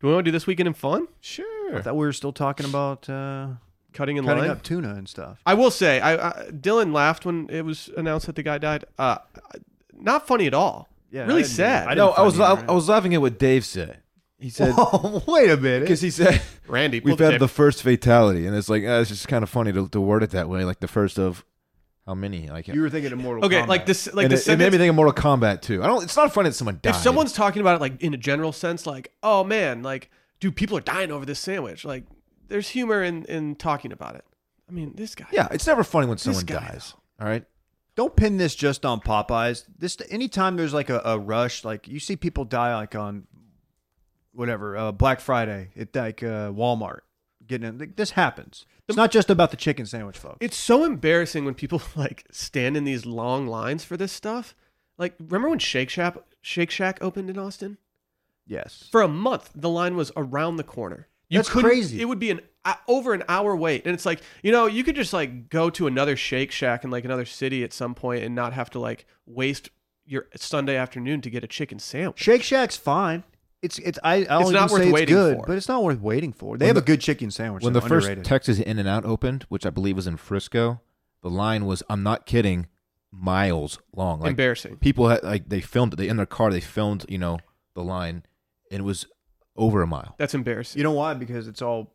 [SPEAKER 1] Do we want to do this weekend in fun?
[SPEAKER 3] sure.
[SPEAKER 2] I thought we were still talking about uh,
[SPEAKER 1] Cutting in
[SPEAKER 2] cutting
[SPEAKER 1] line.
[SPEAKER 2] up tuna and stuff.
[SPEAKER 1] I will say, I, I Dylan laughed when it was announced that the guy died. Uh, not funny at all.
[SPEAKER 2] Yeah,
[SPEAKER 1] Really
[SPEAKER 2] I didn't-
[SPEAKER 1] sad.
[SPEAKER 2] I
[SPEAKER 3] no,
[SPEAKER 2] didn't
[SPEAKER 3] I was
[SPEAKER 2] find
[SPEAKER 3] la-
[SPEAKER 2] it
[SPEAKER 3] I was laughing at what Dave said. He said
[SPEAKER 2] right. Wait a minute.
[SPEAKER 3] because he said
[SPEAKER 1] Randy,
[SPEAKER 3] we've had the first fatality, and it's like uh, it's just kind of funny to, to word it that way, like the first of how many? Like
[SPEAKER 2] You were thinking of Mortal
[SPEAKER 1] okay,
[SPEAKER 2] Kombat.
[SPEAKER 1] like this, like
[SPEAKER 3] and
[SPEAKER 1] the
[SPEAKER 3] it, it made
[SPEAKER 1] sentence,
[SPEAKER 3] me think of Mortal Kombat too. I don't. It's not funny that someone died.
[SPEAKER 1] if someone's talking about it like in a general sense, like oh man, like dude, people are dying over this sandwich. Like there's humor in in talking about it. I mean, this guy.
[SPEAKER 3] yeah, it's never funny when someone
[SPEAKER 1] guy,
[SPEAKER 3] dies. All right,
[SPEAKER 2] don't pin this just on Popeyes. This anytime there's like a, a rush, like you see people die like on whatever uh, Black Friday at like uh, Walmart. Getting in, like, this happens. It's not just about the chicken sandwich, folks.
[SPEAKER 1] It's so embarrassing when people like stand in these long lines for this stuff. Like remember when Shake Shack Shake Shack opened in Austin?
[SPEAKER 2] yes,
[SPEAKER 1] for a month the line was around the corner you
[SPEAKER 2] That's
[SPEAKER 1] couldn't-
[SPEAKER 2] crazy.
[SPEAKER 1] it would be an uh, over an hour wait and it's like you know you could just like go to another shake shack in like another city at some point and not have to like waste your sunday afternoon to get a chicken sandwich
[SPEAKER 2] Shake Shack's fine. It's it's I. I
[SPEAKER 1] It's not
[SPEAKER 2] don't even
[SPEAKER 1] worth
[SPEAKER 2] say it's
[SPEAKER 1] waiting
[SPEAKER 2] good,
[SPEAKER 1] for.
[SPEAKER 2] but it's not worth waiting for. They
[SPEAKER 3] When
[SPEAKER 2] have a
[SPEAKER 3] the-
[SPEAKER 2] good chicken sandwich.
[SPEAKER 3] when
[SPEAKER 2] though,
[SPEAKER 3] the first
[SPEAKER 2] underrated.
[SPEAKER 3] Texas In and Out opened, which I believe was in Frisco, the line was I'm not kidding, miles long. Like
[SPEAKER 1] embarrassing
[SPEAKER 3] people had like they filmed it. They in their car they filmed you know the line, and it was over a mile.
[SPEAKER 1] that's embarrassing
[SPEAKER 2] you know why? Because it's all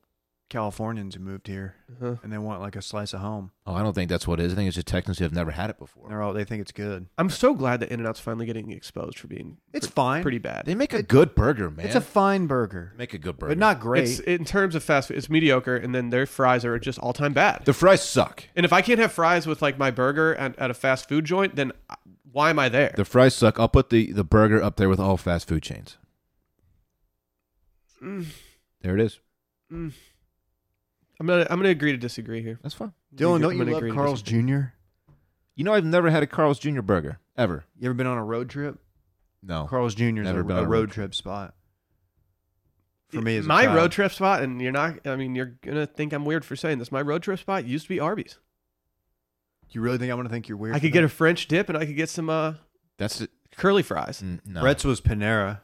[SPEAKER 2] Californians who moved here
[SPEAKER 1] Uh-huh.
[SPEAKER 2] and they want like a slice of home.
[SPEAKER 3] Oh, I don't think that's what it is. I think it's just Texans who have never had it before.
[SPEAKER 2] They're all they think it's good.
[SPEAKER 1] i'm so glad that in-n-out's finally getting exposed for being
[SPEAKER 2] It's
[SPEAKER 1] pre-
[SPEAKER 2] fine.
[SPEAKER 1] pretty bad
[SPEAKER 3] They make a good burger, man.
[SPEAKER 2] It's a fine burger,
[SPEAKER 3] make a good burger,
[SPEAKER 2] but not great.
[SPEAKER 1] it's in terms of fast food it's mediocre and then their fries are just all-time bad
[SPEAKER 3] the fries suck.
[SPEAKER 1] and if i can't have fries with like my burger at, at a fast food joint then uh, why am i there
[SPEAKER 3] The fries suck. I'll put the, the burger up there with all fast food chains.
[SPEAKER 1] Mm,
[SPEAKER 3] There it is.
[SPEAKER 1] i'm gonna i'm gonna agree to disagree here
[SPEAKER 3] That's fine.
[SPEAKER 2] Dylan,
[SPEAKER 1] I'm
[SPEAKER 2] don't you
[SPEAKER 1] gonna
[SPEAKER 2] love
[SPEAKER 1] agree to
[SPEAKER 2] Carl's Jr.?
[SPEAKER 1] disagree.
[SPEAKER 2] You
[SPEAKER 3] You know, I've never had a Carl's Jr. burger ever.
[SPEAKER 2] ever been on a road trip?
[SPEAKER 1] Oh,
[SPEAKER 3] No.
[SPEAKER 2] Carl's Jr. is a,
[SPEAKER 3] Never
[SPEAKER 2] a
[SPEAKER 3] been on a
[SPEAKER 2] road,
[SPEAKER 3] road
[SPEAKER 2] trip spot. For me, as a
[SPEAKER 1] my
[SPEAKER 2] child.
[SPEAKER 1] road trip spot, and you're not. I mean, you're gonna think I'm weird for saying this. My road trip spot used to be Arby's.
[SPEAKER 2] You really think I'm going to think you're weird?
[SPEAKER 1] I could get a French dip, and I could get some uh,
[SPEAKER 3] That's it.
[SPEAKER 1] curly fries.
[SPEAKER 3] Mm, No.
[SPEAKER 2] Brett's was Panera.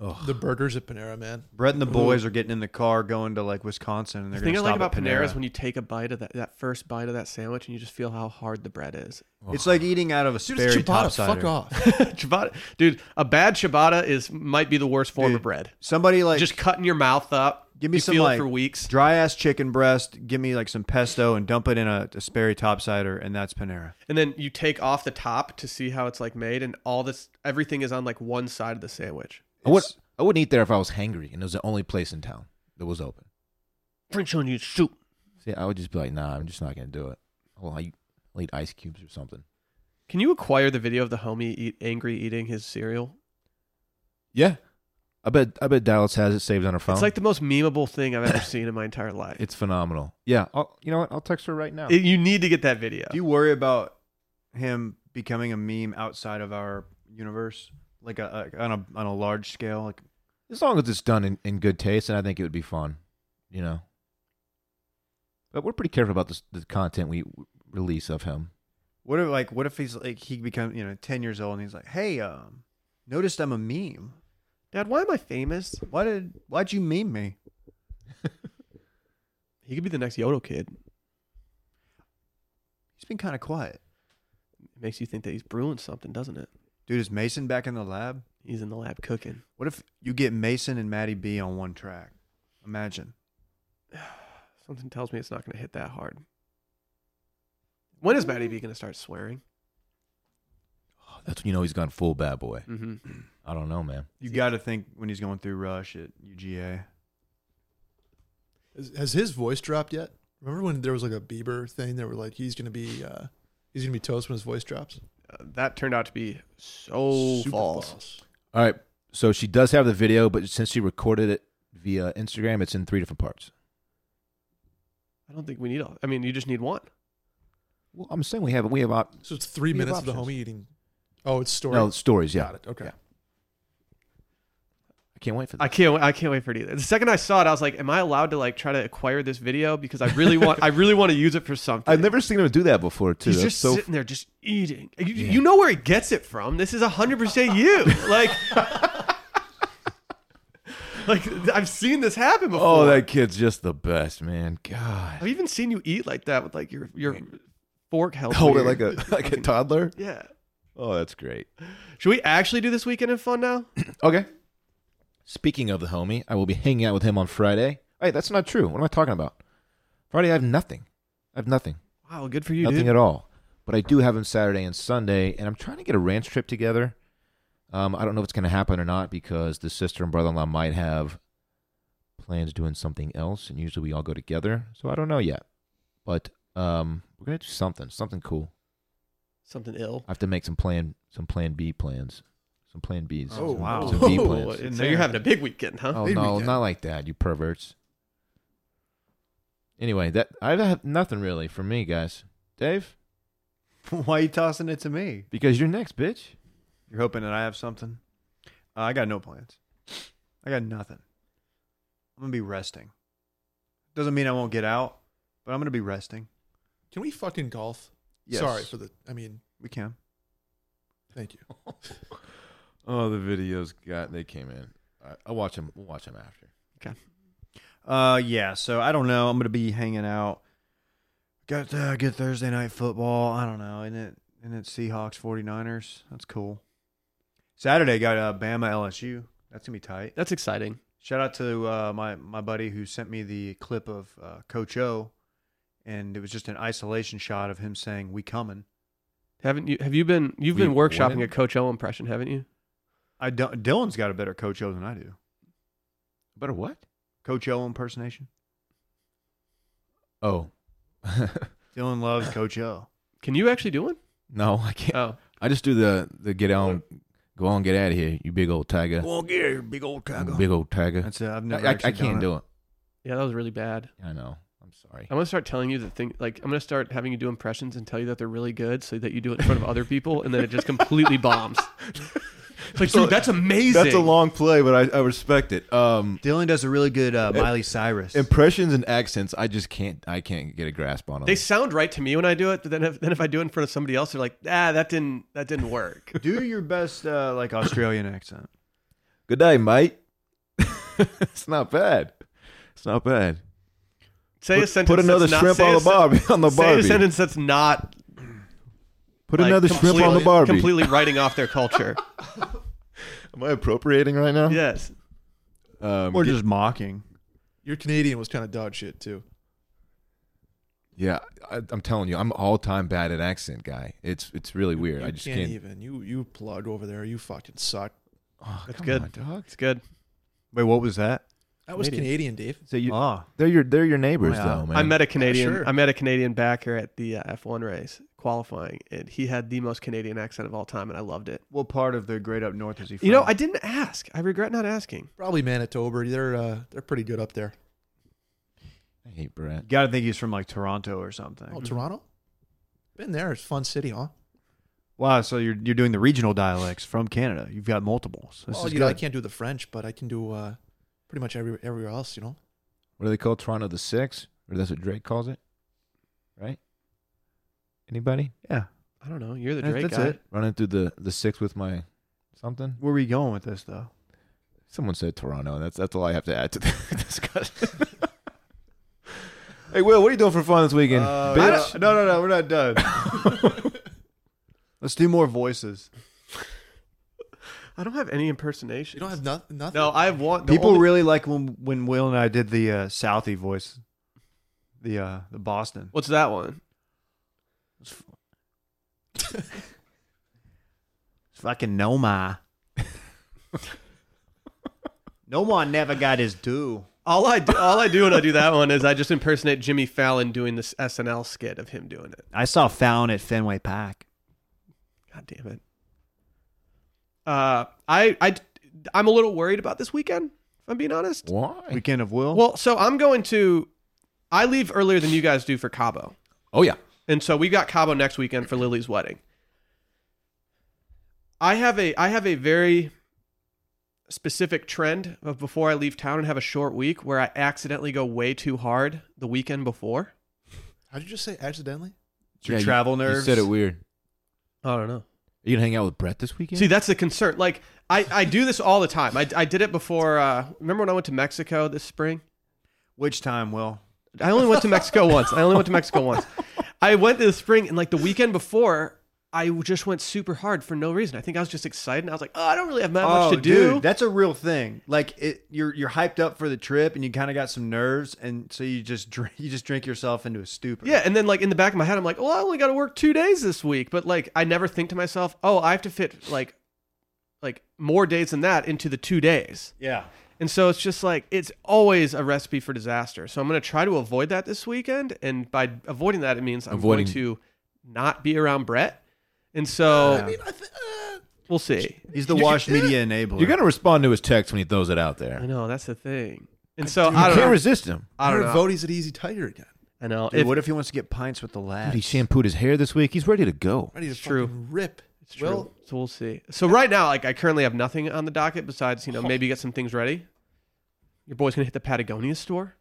[SPEAKER 3] Ugh.
[SPEAKER 4] The burgers at Panera, man.
[SPEAKER 2] Brett and the boys are getting in the car going to like Wisconsin, and
[SPEAKER 1] The
[SPEAKER 2] they're
[SPEAKER 1] thing
[SPEAKER 2] going
[SPEAKER 1] I
[SPEAKER 2] to
[SPEAKER 1] like
[SPEAKER 2] stop
[SPEAKER 1] about
[SPEAKER 2] at
[SPEAKER 1] Panera
[SPEAKER 2] Panera.
[SPEAKER 1] is when you take a bite of that, that first bite of that sandwich, and you just feel how hard the bread is.
[SPEAKER 2] it's like eating out of a
[SPEAKER 4] Dude,
[SPEAKER 2] Sperry
[SPEAKER 4] it's ciabatta.
[SPEAKER 2] topsider.
[SPEAKER 4] Fuck off.
[SPEAKER 1] ciabatta, dude, a bad ciabatta is might be the worst form
[SPEAKER 2] Dude,
[SPEAKER 1] of bread.
[SPEAKER 2] Somebody like
[SPEAKER 1] just cutting your mouth up.
[SPEAKER 2] give me
[SPEAKER 1] you
[SPEAKER 2] some
[SPEAKER 1] feel
[SPEAKER 2] like
[SPEAKER 1] it for weeks.
[SPEAKER 2] dry ass chicken breast. Give me like some pesto and dump it in a, a Sperry topsider, and that's Panera.
[SPEAKER 1] and then you take off the top to see how it's like made, and all this everything is on like one side of the sandwich.
[SPEAKER 3] I, would, I wouldn't eat there if I was hangry and it was the only place in town that was open.
[SPEAKER 1] French onion soup.
[SPEAKER 3] See, I would just be like, nah, I'm just not going to do it. Well, I, I'll eat ice cubes or something.
[SPEAKER 1] Can you acquire the video of the homie eat angry eating his cereal?
[SPEAKER 3] Yeah. I bet I bet Dallas has it saved on her phone.
[SPEAKER 1] It's like the most memeable thing I've ever seen in my entire life.
[SPEAKER 3] Oh. it's phenomenal. Yeah. I'll, you know what? I'll text her right now.
[SPEAKER 1] It- you need to get that video.
[SPEAKER 2] Do you worry about him becoming a meme outside of our universe, like a, a on a on a large scale? Like
[SPEAKER 3] As long as it's done in, in good taste, and I think it would be fun, you know. But we're pretty careful about this, the content we w- release of him.
[SPEAKER 2] what if like what if he's like he become you know ten years old and he's like, hey, um, noticed I'm a meme.
[SPEAKER 1] Dad, why am I famous?
[SPEAKER 2] Why did why'd you meme me?
[SPEAKER 1] He could be the next Yodo kid.
[SPEAKER 2] He's been kind of quiet,
[SPEAKER 1] It makes you think that he's brewing something, doesn't it?
[SPEAKER 2] dude. Is Mason back in the lab?
[SPEAKER 1] He's in the lab cooking.
[SPEAKER 2] What if you get Mason and Maddie B on one track? Imagine.
[SPEAKER 1] Something tells me it's not going to hit that hard. When is Maddie B going to start swearing?
[SPEAKER 3] That's when you know he's gone full bad boy.
[SPEAKER 1] Mm-hmm.
[SPEAKER 3] I don't know, man.
[SPEAKER 2] You got to think when he's going through rush at UGA.
[SPEAKER 4] Has, has his voice dropped yet? Remember when there was like a Bieber thing? They were like, he's gonna be, uh, he's gonna be toast when his voice drops.
[SPEAKER 1] Uh, that turned out to be
[SPEAKER 3] Oh,
[SPEAKER 1] so
[SPEAKER 4] Super
[SPEAKER 1] false.
[SPEAKER 3] All right. So she does have the video, but since she recorded it via Instagram, it's in three different parts.
[SPEAKER 1] I don't think we need all. I mean, you just need one.
[SPEAKER 3] Well, I'm saying we have we have op-
[SPEAKER 4] So it's three
[SPEAKER 3] We have
[SPEAKER 4] minutes of the
[SPEAKER 3] options.
[SPEAKER 4] homie eating. Oh, it's story.
[SPEAKER 3] no stories. Yeah,
[SPEAKER 4] Got it. Okay.
[SPEAKER 3] Yeah. I can't wait for
[SPEAKER 1] I
[SPEAKER 3] that.
[SPEAKER 1] can't. wa- I can't wait for it either. The second I saw it, I was like, "Am I allowed to like try to acquire this video? Because I really want. I really want to use it for something."
[SPEAKER 3] I've never seen him do that before, too.
[SPEAKER 1] He's
[SPEAKER 3] That's
[SPEAKER 1] just
[SPEAKER 3] so
[SPEAKER 1] sitting there, just eating. You,
[SPEAKER 3] Yeah.
[SPEAKER 1] you know where he gets it from. This is hundred percent you. Like, like I've seen this happen before.
[SPEAKER 3] Oh, that kid's just the best, man. God.
[SPEAKER 1] I've even seen you eat like that with like your your fork held.
[SPEAKER 3] Hold it
[SPEAKER 1] weird.
[SPEAKER 3] like a like a toddler.
[SPEAKER 1] yeah.
[SPEAKER 3] Oh, that's great.
[SPEAKER 1] Should we actually do this weekend in fun now?
[SPEAKER 3] Okay. Speaking of the homie, I will be hanging out with him on Friday. Hey, that's not true. What am I talking about? Friday, I have nothing. I have nothing.
[SPEAKER 1] Wow, good for you,
[SPEAKER 3] nothing
[SPEAKER 1] dude.
[SPEAKER 3] at all. But I do have him Saturday and Sunday, and I'm trying to get a ranch trip together. Um, I don't know if it's going to happen or not because the sister and brother in law might have plans doing something else, and usually we all go together. So I don't know yet. But um, we're going to do something, something cool.
[SPEAKER 1] Something ill.
[SPEAKER 3] I have to make some plan, some plan B plans, some plan Bs.
[SPEAKER 2] Oh,
[SPEAKER 3] some-
[SPEAKER 2] wow.
[SPEAKER 3] some B
[SPEAKER 2] Oh,
[SPEAKER 3] plans.
[SPEAKER 2] in
[SPEAKER 1] so
[SPEAKER 2] there.
[SPEAKER 1] you're having a big weekend, huh?
[SPEAKER 3] Oh
[SPEAKER 4] Maybe
[SPEAKER 3] no,
[SPEAKER 4] we can.
[SPEAKER 3] not like that, you perverts. Anyway, that I have nothing really for me, guys. Dave,
[SPEAKER 2] Why you tossing it to me?
[SPEAKER 3] because you're next, bitch.
[SPEAKER 2] You're hoping that I have something. Uh, I got no plans. I got nothing. I'm gonna be resting. Doesn't mean I won't get out, but I'm gonna be resting.
[SPEAKER 4] Can we fucking golf?
[SPEAKER 2] Yes.
[SPEAKER 4] Sorry for the. I mean,
[SPEAKER 2] We can.
[SPEAKER 4] thank you.
[SPEAKER 3] Oh, the videos got they came in. I, I'll watch them. We'll watch them after.
[SPEAKER 2] Uh, yeah. So I don't know. I'm gonna be hanging out. Got uh, good Thursday night football. I don't know. And it and it Seahawks 49ers. That's cool. Saturday got uh, Bama LSU. That's gonna be tight.
[SPEAKER 1] That's exciting.
[SPEAKER 2] Shout out to uh, my my buddy who sent me the clip of uh, Coach O, and it was just an isolation shot of him saying "We coming."
[SPEAKER 1] Haven't you? Have you been? You've
[SPEAKER 3] We
[SPEAKER 1] been workshopping
[SPEAKER 3] wouldn't.
[SPEAKER 1] a Coach O impression, haven't you?
[SPEAKER 2] I don't, Dylan's got a better Coach O than I do.
[SPEAKER 3] Better what?
[SPEAKER 2] Coach O impersonation.
[SPEAKER 3] Oh,
[SPEAKER 2] Dylan loves Coach O.
[SPEAKER 1] Can you actually do one?
[SPEAKER 3] no, I can't.
[SPEAKER 1] Oh,
[SPEAKER 3] I just do the the get on, go on, get out of here, you big old tiger,
[SPEAKER 2] Well, get here, big old tiger.
[SPEAKER 3] big old tiger.
[SPEAKER 2] That's it. I've
[SPEAKER 3] I,
[SPEAKER 2] never.
[SPEAKER 3] I, I
[SPEAKER 2] actually done
[SPEAKER 3] can't do it.
[SPEAKER 1] yeah, that was really bad.
[SPEAKER 3] I know. I'm sorry.
[SPEAKER 1] I'm gonna start telling you the thing. Like, I'm gonna start having you do impressions and tell you that they're really good, so that you do it in front of other people, and then it just completely bombs. It's like, dude, that's amazing.
[SPEAKER 3] long play, but I, I respect it. Um,
[SPEAKER 2] Dylan does a really good uh, Miley Cyrus.
[SPEAKER 3] impressions and accents, I just can't. I can't get a grasp on them.
[SPEAKER 1] They sound right to me when I do it, but then if, then if I do it in front of somebody else, they're like, ah, that didn't that didn't work.
[SPEAKER 2] do your best uh, like Australian accent.
[SPEAKER 3] Good day, mate. it's not bad. It's not bad.
[SPEAKER 1] Say a
[SPEAKER 3] Put-
[SPEAKER 1] sentence.
[SPEAKER 3] Put another
[SPEAKER 1] that's not,
[SPEAKER 3] shrimp
[SPEAKER 1] say
[SPEAKER 3] on
[SPEAKER 1] a
[SPEAKER 3] the
[SPEAKER 1] sen-
[SPEAKER 3] barbie on the
[SPEAKER 1] Say a
[SPEAKER 3] barbie.
[SPEAKER 1] sentence that's not
[SPEAKER 3] Put
[SPEAKER 1] like,
[SPEAKER 3] another shrimp on the
[SPEAKER 1] completely-
[SPEAKER 3] barbie.
[SPEAKER 1] Completely writing off their culture.
[SPEAKER 3] Am I appropriating right now?
[SPEAKER 1] yes.
[SPEAKER 3] Um,
[SPEAKER 2] Or just mocking.
[SPEAKER 4] Your Canadian was kind of dog shit too.
[SPEAKER 3] yeah, I, I'm telling you, I'm all time bad at accent guy. It's it's really weird.
[SPEAKER 4] You
[SPEAKER 3] I just can't.
[SPEAKER 4] even. You you plug over there. You fucking suck.
[SPEAKER 3] Oh,
[SPEAKER 1] That's
[SPEAKER 3] come
[SPEAKER 1] good.
[SPEAKER 3] on, dog.
[SPEAKER 1] It's good.
[SPEAKER 2] Wait, what was that?
[SPEAKER 4] That was Canadian, Dave.
[SPEAKER 3] So you,
[SPEAKER 2] Ah,
[SPEAKER 3] they're your they're your neighbors
[SPEAKER 2] Oh, Yeah.
[SPEAKER 3] though, man.
[SPEAKER 1] I met a Canadian.
[SPEAKER 4] sure.
[SPEAKER 1] I met a Canadian backer at the uh, F1 race qualifying, and he had the most Canadian accent of all time, and I loved it.
[SPEAKER 2] what part of the Great Up North is he from?
[SPEAKER 1] You know, I didn't ask. I regret not asking.
[SPEAKER 4] Probably Manitoba. They're uh, they're pretty good up there.
[SPEAKER 3] I hate Brett.
[SPEAKER 2] got to think he's from like Toronto or something.
[SPEAKER 3] Mm-hmm.
[SPEAKER 4] Oh, Toronto. Been there. It's a fun city, huh?
[SPEAKER 2] Wow, so you're you're doing the regional dialects from Canada. You've got multiples. This
[SPEAKER 1] Oh,
[SPEAKER 4] well,
[SPEAKER 2] is
[SPEAKER 4] you know, I
[SPEAKER 2] good.
[SPEAKER 4] can't do the French, but I can do uh, pretty much every, everywhere else. You know,
[SPEAKER 3] What do they call Toronto the Six? Or that's what Drake calls it, right? Anybody
[SPEAKER 2] yeah.
[SPEAKER 1] I don't know. You're the
[SPEAKER 2] That-
[SPEAKER 1] Drake
[SPEAKER 2] that's
[SPEAKER 1] guy.
[SPEAKER 2] it.
[SPEAKER 3] running through the the six with my something?
[SPEAKER 2] Where are we going with this though?
[SPEAKER 3] Someone said Toronto, and that's that's all I have to add to the discussion. hey, Will, what are you doing for fun this weekend?
[SPEAKER 2] Uh,
[SPEAKER 3] Bitch?
[SPEAKER 2] I don't- no, no, no, we're not done. Let's do more voices.
[SPEAKER 1] I don't have any impersonations.
[SPEAKER 4] You don't have noth- nothing.
[SPEAKER 1] No, I have one. the
[SPEAKER 2] People
[SPEAKER 1] only-
[SPEAKER 2] really like when when Will and I did the uh, Southie voice, the uh, the Boston.
[SPEAKER 1] What's that one?
[SPEAKER 2] Fucking no my. no one never got his due.
[SPEAKER 1] All I do, all I do when I do that one is I just impersonate Jimmy Fallon doing this SNL skit of him doing it.
[SPEAKER 2] I saw Fallon at Fenway Park.
[SPEAKER 1] God damn it. Uh, I I I'm a little worried about this weekend. If I'm being honest.
[SPEAKER 3] Why?
[SPEAKER 2] Weekend of Will.
[SPEAKER 1] Well, so I'm going to. I leave earlier than you guys do for Cabo.
[SPEAKER 3] Oh yeah,
[SPEAKER 1] And so we've got Cabo next weekend for Lily's wedding. I have a I have a very specific trend of before I leave town and have a short week where I accidentally go way too hard the weekend before.
[SPEAKER 4] How did you just say accidentally?
[SPEAKER 2] It's your
[SPEAKER 3] Yeah, you-
[SPEAKER 2] travel
[SPEAKER 3] you,
[SPEAKER 2] nerves.
[SPEAKER 3] said it weird.
[SPEAKER 1] I don't know.
[SPEAKER 3] Are you gonna hang out with Brett this weekend?
[SPEAKER 1] See, that's the concern. Like I, I do this all the time. I, I did it before. Uh, remember when I went to Mexico this spring?
[SPEAKER 2] Which time, Will?
[SPEAKER 1] I only went to Mexico once. I only went to Mexico once. I went this spring and like the weekend before, I just went super hard for no reason. I think I was just excited. and I was like, oh, I don't really have that much to do.
[SPEAKER 2] dude, that's a real thing. Like it, you're you're hyped up for the trip, and you kind of got some nerves, and so you just drink, you just drink yourself into a stupor.
[SPEAKER 1] yeah, and then like in the back of my head, I'm like, well, I only got to work two days this week, but like I never think to myself, oh, I have to fit like like more days than that into the two days.
[SPEAKER 2] yeah.
[SPEAKER 1] And so it's just like it's always a recipe for disaster. So I'm going to try to avoid that this weekend, and by avoiding that, it means I'm
[SPEAKER 3] Avoiding-
[SPEAKER 1] going to not be around Brett. And so
[SPEAKER 4] I mean, I th- uh,
[SPEAKER 1] we'll see.
[SPEAKER 2] He's the wash media enabler.
[SPEAKER 3] You're gonna respond to his text when he throws it out
[SPEAKER 1] I
[SPEAKER 3] there.
[SPEAKER 1] know that's the thing. And so
[SPEAKER 3] You
[SPEAKER 1] I don't
[SPEAKER 3] can't
[SPEAKER 1] know.
[SPEAKER 3] resist him.
[SPEAKER 1] I don't
[SPEAKER 4] heard
[SPEAKER 1] know.
[SPEAKER 4] Vody's at Easy Tiger again.
[SPEAKER 1] I know.
[SPEAKER 2] Dude,
[SPEAKER 1] If-
[SPEAKER 2] what if he wants to get pints with the lads?
[SPEAKER 3] Dude, he shampooed his hair this week. He's ready to go.
[SPEAKER 4] Ready to
[SPEAKER 1] It's true.
[SPEAKER 4] fucking rip.
[SPEAKER 1] it's true.
[SPEAKER 4] Well,
[SPEAKER 1] so we'll see. So right now, like I currently have nothing on the docket besides you
[SPEAKER 2] Oh.
[SPEAKER 1] know maybe get some things ready. Your boy's gonna hit the Patagonia store.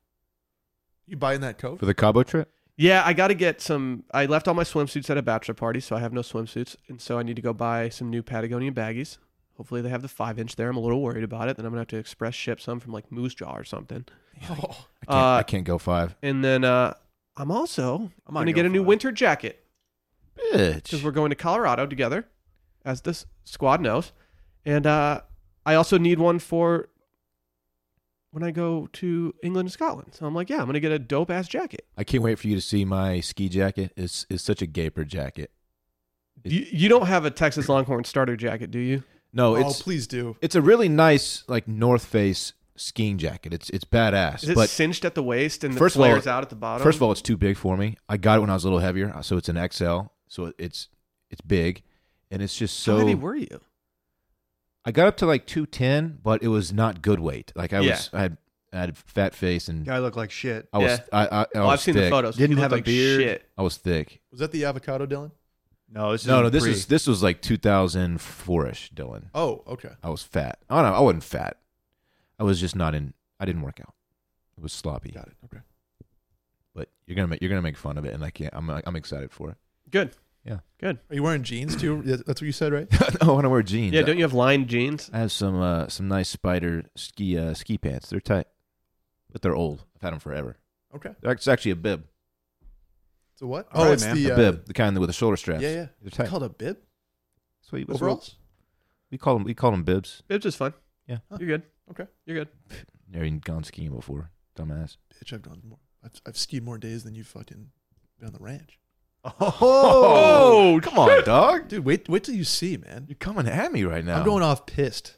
[SPEAKER 4] you buying that coat?
[SPEAKER 3] For the Cabo trip?
[SPEAKER 1] Yeah, I got to get some. I left all my swimsuits at a bachelor party, so I have no swimsuits, and so I need to go buy some new Patagonian baggies. Hopefully, they have the five inch there. I'm a little worried about it. Then I'm gonna have to express ship some from like Moose Jaw or something.
[SPEAKER 4] Oh,
[SPEAKER 3] I can't,
[SPEAKER 1] Uh,
[SPEAKER 3] I can't go five.
[SPEAKER 1] And then uh, I'm also
[SPEAKER 2] I'm
[SPEAKER 1] gonna
[SPEAKER 2] gonna
[SPEAKER 1] get
[SPEAKER 2] go
[SPEAKER 1] a new
[SPEAKER 2] five.
[SPEAKER 1] winter jacket because
[SPEAKER 3] Bitch.
[SPEAKER 1] we're going to Colorado together, as this squad knows. And uh, I also need one for when I go to England and Scotland. So I'm like, yeah, I'm gonna get a dope ass jacket.
[SPEAKER 3] I can't wait for you to see my ski jacket. It's it's such a gaper jacket.
[SPEAKER 1] You, you don't have a Texas Longhorn starter jacket, do you?
[SPEAKER 3] No,
[SPEAKER 4] oh,
[SPEAKER 3] it's
[SPEAKER 4] please do.
[SPEAKER 3] it's a really nice like North Face skiing jacket. It's it's badass.
[SPEAKER 1] Is it
[SPEAKER 3] but
[SPEAKER 1] cinched at the waist and the
[SPEAKER 3] First of all-
[SPEAKER 1] flares out at the bottom?
[SPEAKER 3] first of all, it's too big for me. I got it when I was a little heavier, so it's an XL. So it's it's big, and it's just
[SPEAKER 1] how heavy
[SPEAKER 3] so.
[SPEAKER 1] were you?
[SPEAKER 3] I got up to like two ten, but it was not good weight. Like I
[SPEAKER 1] Yeah.
[SPEAKER 3] was, I had, I had a fat face, and
[SPEAKER 2] Guy look like shit.
[SPEAKER 3] I was,
[SPEAKER 1] Yeah.
[SPEAKER 3] I, I, I
[SPEAKER 1] Well,
[SPEAKER 3] was
[SPEAKER 1] I've seen
[SPEAKER 3] thick.
[SPEAKER 1] the photos.
[SPEAKER 2] Didn't
[SPEAKER 1] You look
[SPEAKER 2] have a
[SPEAKER 1] like
[SPEAKER 2] beard.
[SPEAKER 1] Shit.
[SPEAKER 3] I was thick.
[SPEAKER 4] Was that the avocado, Dylan?
[SPEAKER 2] No, this
[SPEAKER 3] No, no, this
[SPEAKER 2] pre.
[SPEAKER 3] is this was like 2004 ish, Dylan.
[SPEAKER 4] Oh, okay.
[SPEAKER 3] I was fat. Oh no, I wasn't fat. I was just not in. I didn't work out. It was sloppy.
[SPEAKER 4] Got it. Okay.
[SPEAKER 3] But you're gonna make you're gonna make fun of it, and I can't. I'm I'm excited for it.
[SPEAKER 1] Good.
[SPEAKER 3] Yeah.
[SPEAKER 1] Good.
[SPEAKER 4] Are you wearing jeans too? Yeah, That's what you said, right?
[SPEAKER 3] I want to wear jeans.
[SPEAKER 1] Yeah, don't you have lined jeans?
[SPEAKER 3] I have some uh, some nice spider ski uh, ski pants. They're tight, but they're old. I've had them forever.
[SPEAKER 4] Okay.
[SPEAKER 3] They're, it's actually a bib,
[SPEAKER 4] So what?
[SPEAKER 2] All
[SPEAKER 4] oh,
[SPEAKER 2] right,
[SPEAKER 4] it's
[SPEAKER 2] man.
[SPEAKER 4] the
[SPEAKER 3] a
[SPEAKER 4] uh,
[SPEAKER 3] bib, the kind with the shoulder straps.
[SPEAKER 4] Yeah, yeah.
[SPEAKER 3] They're
[SPEAKER 4] It's
[SPEAKER 3] tight.
[SPEAKER 4] called a bib.
[SPEAKER 3] That's what you- that's what
[SPEAKER 4] Overalls.
[SPEAKER 3] we call them. We call them bibs.
[SPEAKER 1] Bibs is fine.
[SPEAKER 3] Yeah.
[SPEAKER 1] You're good.
[SPEAKER 4] Okay.
[SPEAKER 1] You're good.
[SPEAKER 3] Never even gone skiing before, dumbass.
[SPEAKER 4] Bitch, I've done more. I've, I've skied more days than you fucking been on the ranch.
[SPEAKER 2] Oh,
[SPEAKER 3] come on, dog.
[SPEAKER 4] Dude, wait, wait till you see, man.
[SPEAKER 3] You're coming at me right now.
[SPEAKER 4] I'm going off pissed.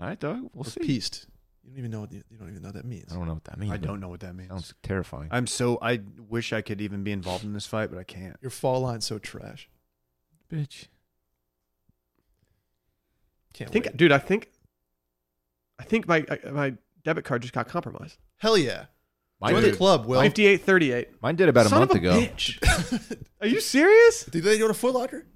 [SPEAKER 3] All right, dog. We'll
[SPEAKER 4] Or
[SPEAKER 3] see.
[SPEAKER 4] pieced. You don't even know what you, you don't even know what that means.
[SPEAKER 3] I don't know what that means.
[SPEAKER 2] I
[SPEAKER 3] man.
[SPEAKER 2] don't know what that means.
[SPEAKER 3] Sounds terrifying.
[SPEAKER 2] I'm so I wish I could even be involved in this fight, but I can't.
[SPEAKER 4] Your fall line's so trash.
[SPEAKER 3] bitch.
[SPEAKER 1] I
[SPEAKER 4] Can't
[SPEAKER 1] think,
[SPEAKER 4] wait.
[SPEAKER 1] dude, I think, I think my I- my debit card just got compromised.
[SPEAKER 4] Hell yeah.
[SPEAKER 3] Mine
[SPEAKER 4] Join
[SPEAKER 3] did,
[SPEAKER 4] the club, Will.
[SPEAKER 1] Fifty eight thirty eight.
[SPEAKER 3] mine did about a
[SPEAKER 1] Son
[SPEAKER 3] month
[SPEAKER 1] of a
[SPEAKER 3] ago.
[SPEAKER 1] Bitch. Are you serious?
[SPEAKER 4] Did they go to Foot Locker?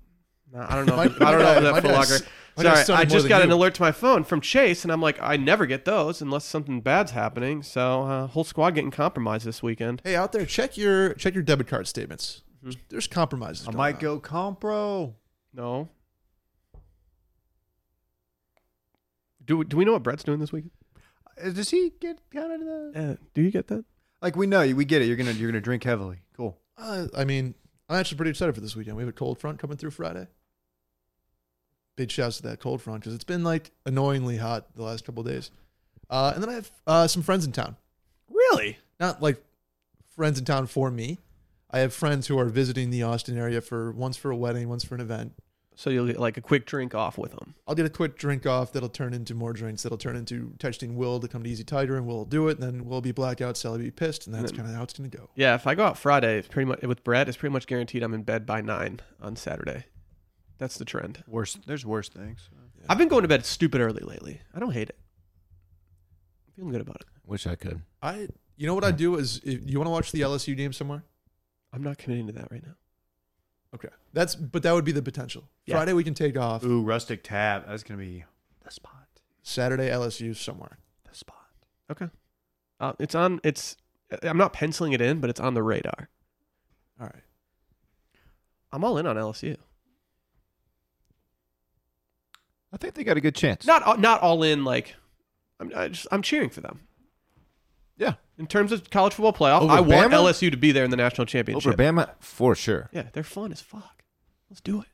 [SPEAKER 1] No, I don't know.
[SPEAKER 4] My-
[SPEAKER 1] I
[SPEAKER 4] my
[SPEAKER 1] don't know
[SPEAKER 4] guy-
[SPEAKER 1] for
[SPEAKER 4] my
[SPEAKER 1] that Foot
[SPEAKER 4] guy's-
[SPEAKER 1] Locker.
[SPEAKER 4] my guy's
[SPEAKER 1] Sorry,
[SPEAKER 4] selling
[SPEAKER 1] I
[SPEAKER 4] more
[SPEAKER 1] just
[SPEAKER 4] than
[SPEAKER 1] got
[SPEAKER 4] you.
[SPEAKER 1] an alert to my phone from Chase, and I'm like, I never get those unless something bad's happening. So, uh, whole squad getting compromised this weekend.
[SPEAKER 4] Hey, out there, check your check your debit card statements. There's, there's compromises.
[SPEAKER 2] I
[SPEAKER 4] going
[SPEAKER 2] might
[SPEAKER 4] on.
[SPEAKER 2] go compro.
[SPEAKER 1] No. Do do we know what Brett's doing this weekend?
[SPEAKER 2] Uh, Does he get counted in the?
[SPEAKER 1] Uh, do you get that?
[SPEAKER 2] Like we know, we get it. You're gonna you're gonna drink heavily. Cool.
[SPEAKER 4] Uh, I mean, I'm actually pretty excited for this weekend. We have a cold front coming through Friday. Big shouts to that cold front because it's been like annoyingly hot the last couple of days. Uh, and then I have uh, some friends in town.
[SPEAKER 1] Really?
[SPEAKER 4] Not like friends in town for me. I have friends who are visiting the Austin area for once for a wedding, once for an event.
[SPEAKER 1] So you'll get like a quick drink off with him.
[SPEAKER 4] I'll get a quick drink off that'll turn into more drinks. That'll turn into texting Will to come to Easy Tiger, and Will'll do it. And then Will be blackout, Sally be pissed, and that's
[SPEAKER 1] Mm.
[SPEAKER 4] kind of how it's gonna go.
[SPEAKER 1] Yeah, if I go out Friday, it's pretty much with Brett, it's pretty much guaranteed I'm in bed by nine on Saturday. That's the trend.
[SPEAKER 2] Worse. There's worse things.
[SPEAKER 1] I've been going to bed stupid early lately. I don't hate it. I'm feeling good about it.
[SPEAKER 3] Wish I could.
[SPEAKER 4] I, you know what I do is, if you want to watch the LSU game somewhere.
[SPEAKER 1] I'm not committing to that right now.
[SPEAKER 4] Okay. That's but that would be the potential.
[SPEAKER 1] Yeah.
[SPEAKER 4] Friday we can take off.
[SPEAKER 2] Ooh, rustic tab. That's gonna be the spot.
[SPEAKER 4] Saturday LSU somewhere.
[SPEAKER 2] The spot.
[SPEAKER 1] Uh, it's on. It's. uh, I'm not penciling it in, but it's on the radar.
[SPEAKER 4] All right.
[SPEAKER 1] I'm all in on LSU.
[SPEAKER 3] I think they got a good chance.
[SPEAKER 1] Not all- not all in. Like, I'm I just I'm cheering for them.
[SPEAKER 3] Yeah.
[SPEAKER 1] In terms of college football playoff,
[SPEAKER 3] Over
[SPEAKER 1] I want
[SPEAKER 3] Bama?
[SPEAKER 1] LSU to be there in the national championship.
[SPEAKER 3] Over Bama, for sure.
[SPEAKER 1] Yeah, they're fun as fuck. Let's do it.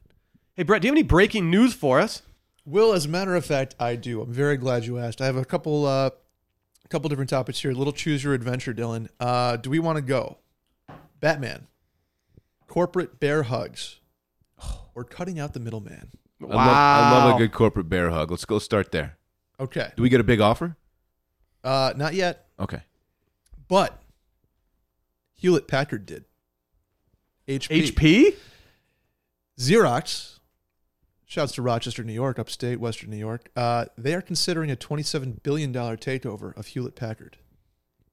[SPEAKER 1] Hey Brett, do you have any breaking news for us?
[SPEAKER 4] Will, as a matter of fact, I do. I'm very glad you asked. I have a couple uh a couple different topics here. Little choose your adventure, Dylan. Uh do we want to go? Batman. Corporate bear hugs. Or cutting out the middleman.
[SPEAKER 1] Wow.
[SPEAKER 3] I, love, I love a good corporate bear hug. Let's go start there.
[SPEAKER 4] Okay.
[SPEAKER 3] Do we get a big offer?
[SPEAKER 4] Uh not yet,
[SPEAKER 3] Okay.
[SPEAKER 4] but Hewlett Packard did. HP.
[SPEAKER 1] HP?
[SPEAKER 4] Xerox, shouts to Rochester, New York, upstate, Western New York. Uh, they are considering a $27 billion takeover of Hewlett Packard.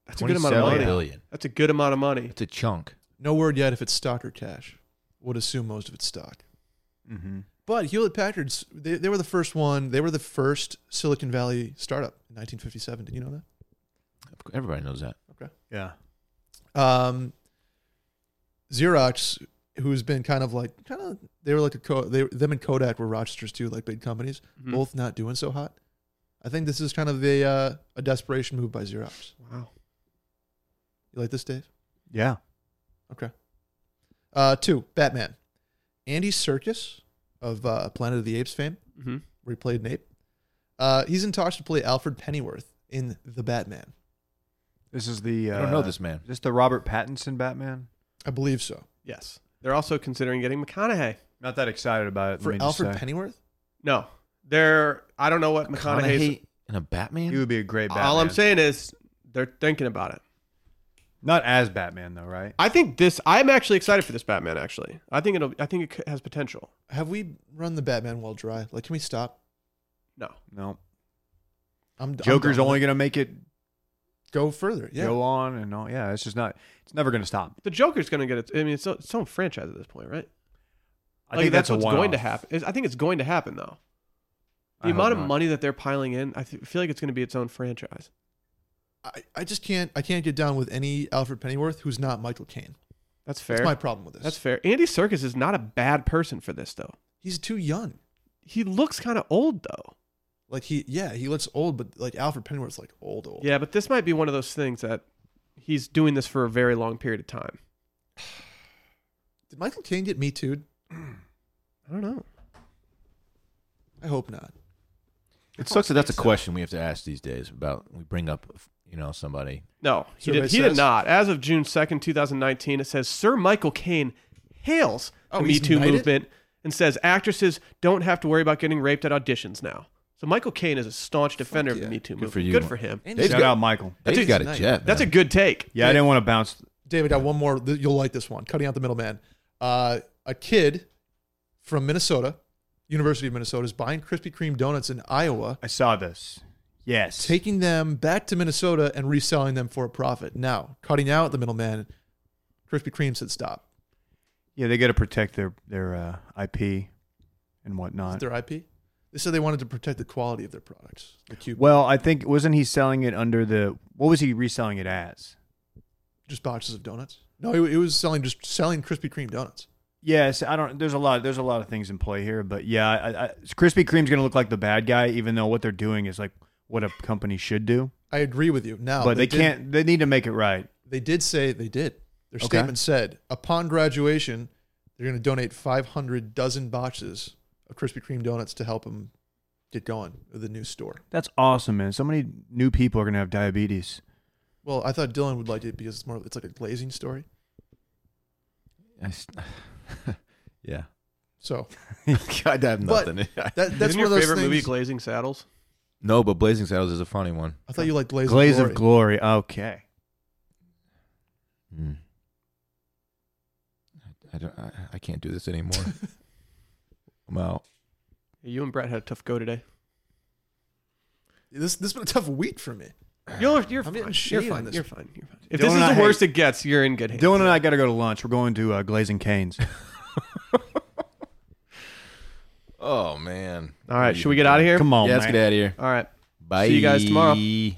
[SPEAKER 1] That's a good amount of
[SPEAKER 3] 27
[SPEAKER 1] money.
[SPEAKER 3] billion.
[SPEAKER 1] That's a good amount of money.
[SPEAKER 3] It's a chunk.
[SPEAKER 4] No word yet if it's stock or cash. Would assume most of it's stock.
[SPEAKER 2] Mm-hmm.
[SPEAKER 4] But Hewlett Packard's, they, they were the first one, they were the first Silicon Valley startup in 1957. Did you know that?
[SPEAKER 3] Everybody knows that.
[SPEAKER 2] Yeah.
[SPEAKER 4] Um, Xerox, who's been kind of like, kind of, they were like a, co- they, them and Kodak were Rochester's too, like big companies,
[SPEAKER 1] Mhm.
[SPEAKER 4] both not doing so hot. I think this is kind of a, uh, a desperation move by Xerox.
[SPEAKER 1] Wow.
[SPEAKER 4] You like this, Dave?
[SPEAKER 2] Yeah.
[SPEAKER 4] Uh, two, Batman. Andy Serkis of uh, Planet of the Apes fame,
[SPEAKER 1] hmm
[SPEAKER 4] where he played an ape. Uh, he's in talks to play Alfred Pennyworth in The Batman.
[SPEAKER 2] This is the. Uh,
[SPEAKER 3] I don't know this man.
[SPEAKER 2] Is this the Robert Pattinson Batman?
[SPEAKER 4] I believe so.
[SPEAKER 1] Yes. They're also considering getting McConaughey.
[SPEAKER 2] Not that excited about it. let
[SPEAKER 4] For
[SPEAKER 2] me just
[SPEAKER 4] Alfred
[SPEAKER 2] say.
[SPEAKER 4] Pennyworth?
[SPEAKER 1] No. They're I don't know what McConaughey's
[SPEAKER 3] McConaughey and a Batman?
[SPEAKER 2] He would be a great Batman.
[SPEAKER 1] All I'm saying is they're thinking about it.
[SPEAKER 2] Not as Batman though, right?
[SPEAKER 1] I think this I'm actually excited for this Batman actually. I think it'll I think it c- has potential.
[SPEAKER 4] Have we run The Batman well dry? Like, can we stop?
[SPEAKER 1] No.
[SPEAKER 2] No.
[SPEAKER 4] I'm I'm
[SPEAKER 2] Joker's
[SPEAKER 4] done with
[SPEAKER 2] only
[SPEAKER 4] it.
[SPEAKER 2] gonna make it
[SPEAKER 4] Go further. Yeah.
[SPEAKER 2] go on and on. Yeah. It's just not. It's never gonna stop.
[SPEAKER 1] The Joker's going to get it. I mean, it's its own franchise at this point, right?
[SPEAKER 2] I
[SPEAKER 1] like,
[SPEAKER 2] think
[SPEAKER 1] that's,
[SPEAKER 2] a
[SPEAKER 1] what's
[SPEAKER 2] one-off.
[SPEAKER 1] going to happen. It's- I think it's going to happen though. The
[SPEAKER 2] I hope
[SPEAKER 1] amount of
[SPEAKER 2] not.
[SPEAKER 1] money that they're piling in, I th- feel like it's going to be its own franchise.
[SPEAKER 4] I, I just can't, I can't get down with any Alfred Pennyworth who's not Michael Caine.
[SPEAKER 1] That's fair.
[SPEAKER 4] That's my problem with this.
[SPEAKER 1] That's fair. Andy Serkis is not a bad person for this though.
[SPEAKER 4] He's too young.
[SPEAKER 1] He looks kind of old though.
[SPEAKER 4] Like he, yeah, he looks old, but like Alfred Pennyworth's like old, old.
[SPEAKER 1] Yeah, but this might be one of those things that he's doing this for a very long period of time.
[SPEAKER 4] Did Michael Caine get me too?
[SPEAKER 1] I don't know.
[SPEAKER 4] I hope not.
[SPEAKER 3] It sucks that that's a question we have to ask these days about we bring up, you know, somebody.
[SPEAKER 1] No, he
[SPEAKER 4] Survey
[SPEAKER 1] did. He did
[SPEAKER 4] says-
[SPEAKER 1] not. As of June second, two thousand nineteen, it says Sir Michael Caine hails
[SPEAKER 4] Oh,
[SPEAKER 1] the Me
[SPEAKER 4] he's
[SPEAKER 1] Too
[SPEAKER 4] knighted?
[SPEAKER 1] movement and says actresses don't have to worry about getting raped at auditions now. So Michael Caine is a staunch defender of
[SPEAKER 4] yeah.
[SPEAKER 1] the Me Too
[SPEAKER 3] Good
[SPEAKER 1] movement.
[SPEAKER 3] for you.
[SPEAKER 1] Good for him.
[SPEAKER 4] And
[SPEAKER 3] They've
[SPEAKER 4] he's
[SPEAKER 2] Shout
[SPEAKER 4] got-
[SPEAKER 2] out Michael.
[SPEAKER 3] They've
[SPEAKER 4] dude's
[SPEAKER 3] got a
[SPEAKER 4] nice.
[SPEAKER 3] jet.
[SPEAKER 1] That's a
[SPEAKER 3] man.
[SPEAKER 1] good take.
[SPEAKER 2] Yeah, I didn't want to bounce.
[SPEAKER 4] David, got one more. Th- You'll like this one. Cutting out the middleman. Uh, a kid from Minnesota, University of Minnesota, is buying Krispy Kreme donuts in Iowa,
[SPEAKER 2] I saw this. Yes.
[SPEAKER 4] taking them back to Minnesota and reselling them for a profit. Now, cutting out the middleman, Krispy Kreme said stop.
[SPEAKER 2] Yeah, they got to protect their their uh, IP and
[SPEAKER 4] Is
[SPEAKER 2] whatnot.
[SPEAKER 4] it their IP? They said they wanted to protect the quality of their products. The cube,
[SPEAKER 2] Well, I think wasn't he selling it under the what was he reselling it as?
[SPEAKER 4] just boxes of donuts. No, it, it was selling just selling Krispy Kreme donuts.
[SPEAKER 2] Yes, I don't. There's a lot. There's a lot of things in play here, but yeah, I, I, Krispy Kreme's going to look like the bad guy, even though what they're doing is like what a company should do.
[SPEAKER 4] I agree with you. Now,
[SPEAKER 2] but they,
[SPEAKER 4] Oh, did-
[SPEAKER 2] can't. They need to make it right.
[SPEAKER 4] They did say they did. Their
[SPEAKER 2] Okay.
[SPEAKER 4] statement said, upon graduation, they're going to donate 500 dozen boxes of Krispy Kreme donuts to help them get going with the new store.
[SPEAKER 2] That's awesome, man. So many new people are going to have diabetes.
[SPEAKER 4] Well, I thought Dylan would like it because it's more. It's like a glazing story.
[SPEAKER 3] I s- yeah.
[SPEAKER 4] So
[SPEAKER 3] God, I have
[SPEAKER 4] But-
[SPEAKER 3] nothing.
[SPEAKER 4] that, that's
[SPEAKER 1] Isn't
[SPEAKER 4] one
[SPEAKER 1] your
[SPEAKER 4] of those
[SPEAKER 1] favorite
[SPEAKER 4] things.
[SPEAKER 1] movie, Glazing Saddles?
[SPEAKER 3] no, but Blazing Saddles is a funny one.
[SPEAKER 4] I thought you liked Glaze,
[SPEAKER 2] Glaze
[SPEAKER 4] of
[SPEAKER 2] of
[SPEAKER 4] Glory.
[SPEAKER 2] glory. Okay.
[SPEAKER 3] Hmm. I, I don't. I, I can't do this anymore. I'm out.
[SPEAKER 1] You and Brett had a tough go today.
[SPEAKER 4] This this has been a tough week for me.
[SPEAKER 1] You're you're
[SPEAKER 4] I'm
[SPEAKER 1] fi-
[SPEAKER 4] on
[SPEAKER 1] You're
[SPEAKER 4] shade on
[SPEAKER 1] fine.
[SPEAKER 4] this.
[SPEAKER 1] You're fine. You're fine. If
[SPEAKER 2] Dylan
[SPEAKER 1] this is
[SPEAKER 2] and
[SPEAKER 1] the
[SPEAKER 2] I hate-
[SPEAKER 1] worst it gets, you're in good hands.
[SPEAKER 2] Dylan and I got to go to lunch. We're going to uh, Glazing Canes.
[SPEAKER 3] Oh man.
[SPEAKER 1] All right, should we get out of here?
[SPEAKER 2] Come on,
[SPEAKER 3] Oh, yeah, let's
[SPEAKER 2] man. Oh,
[SPEAKER 3] get out of here.
[SPEAKER 1] All right.
[SPEAKER 3] Bye.
[SPEAKER 1] See you guys tomorrow.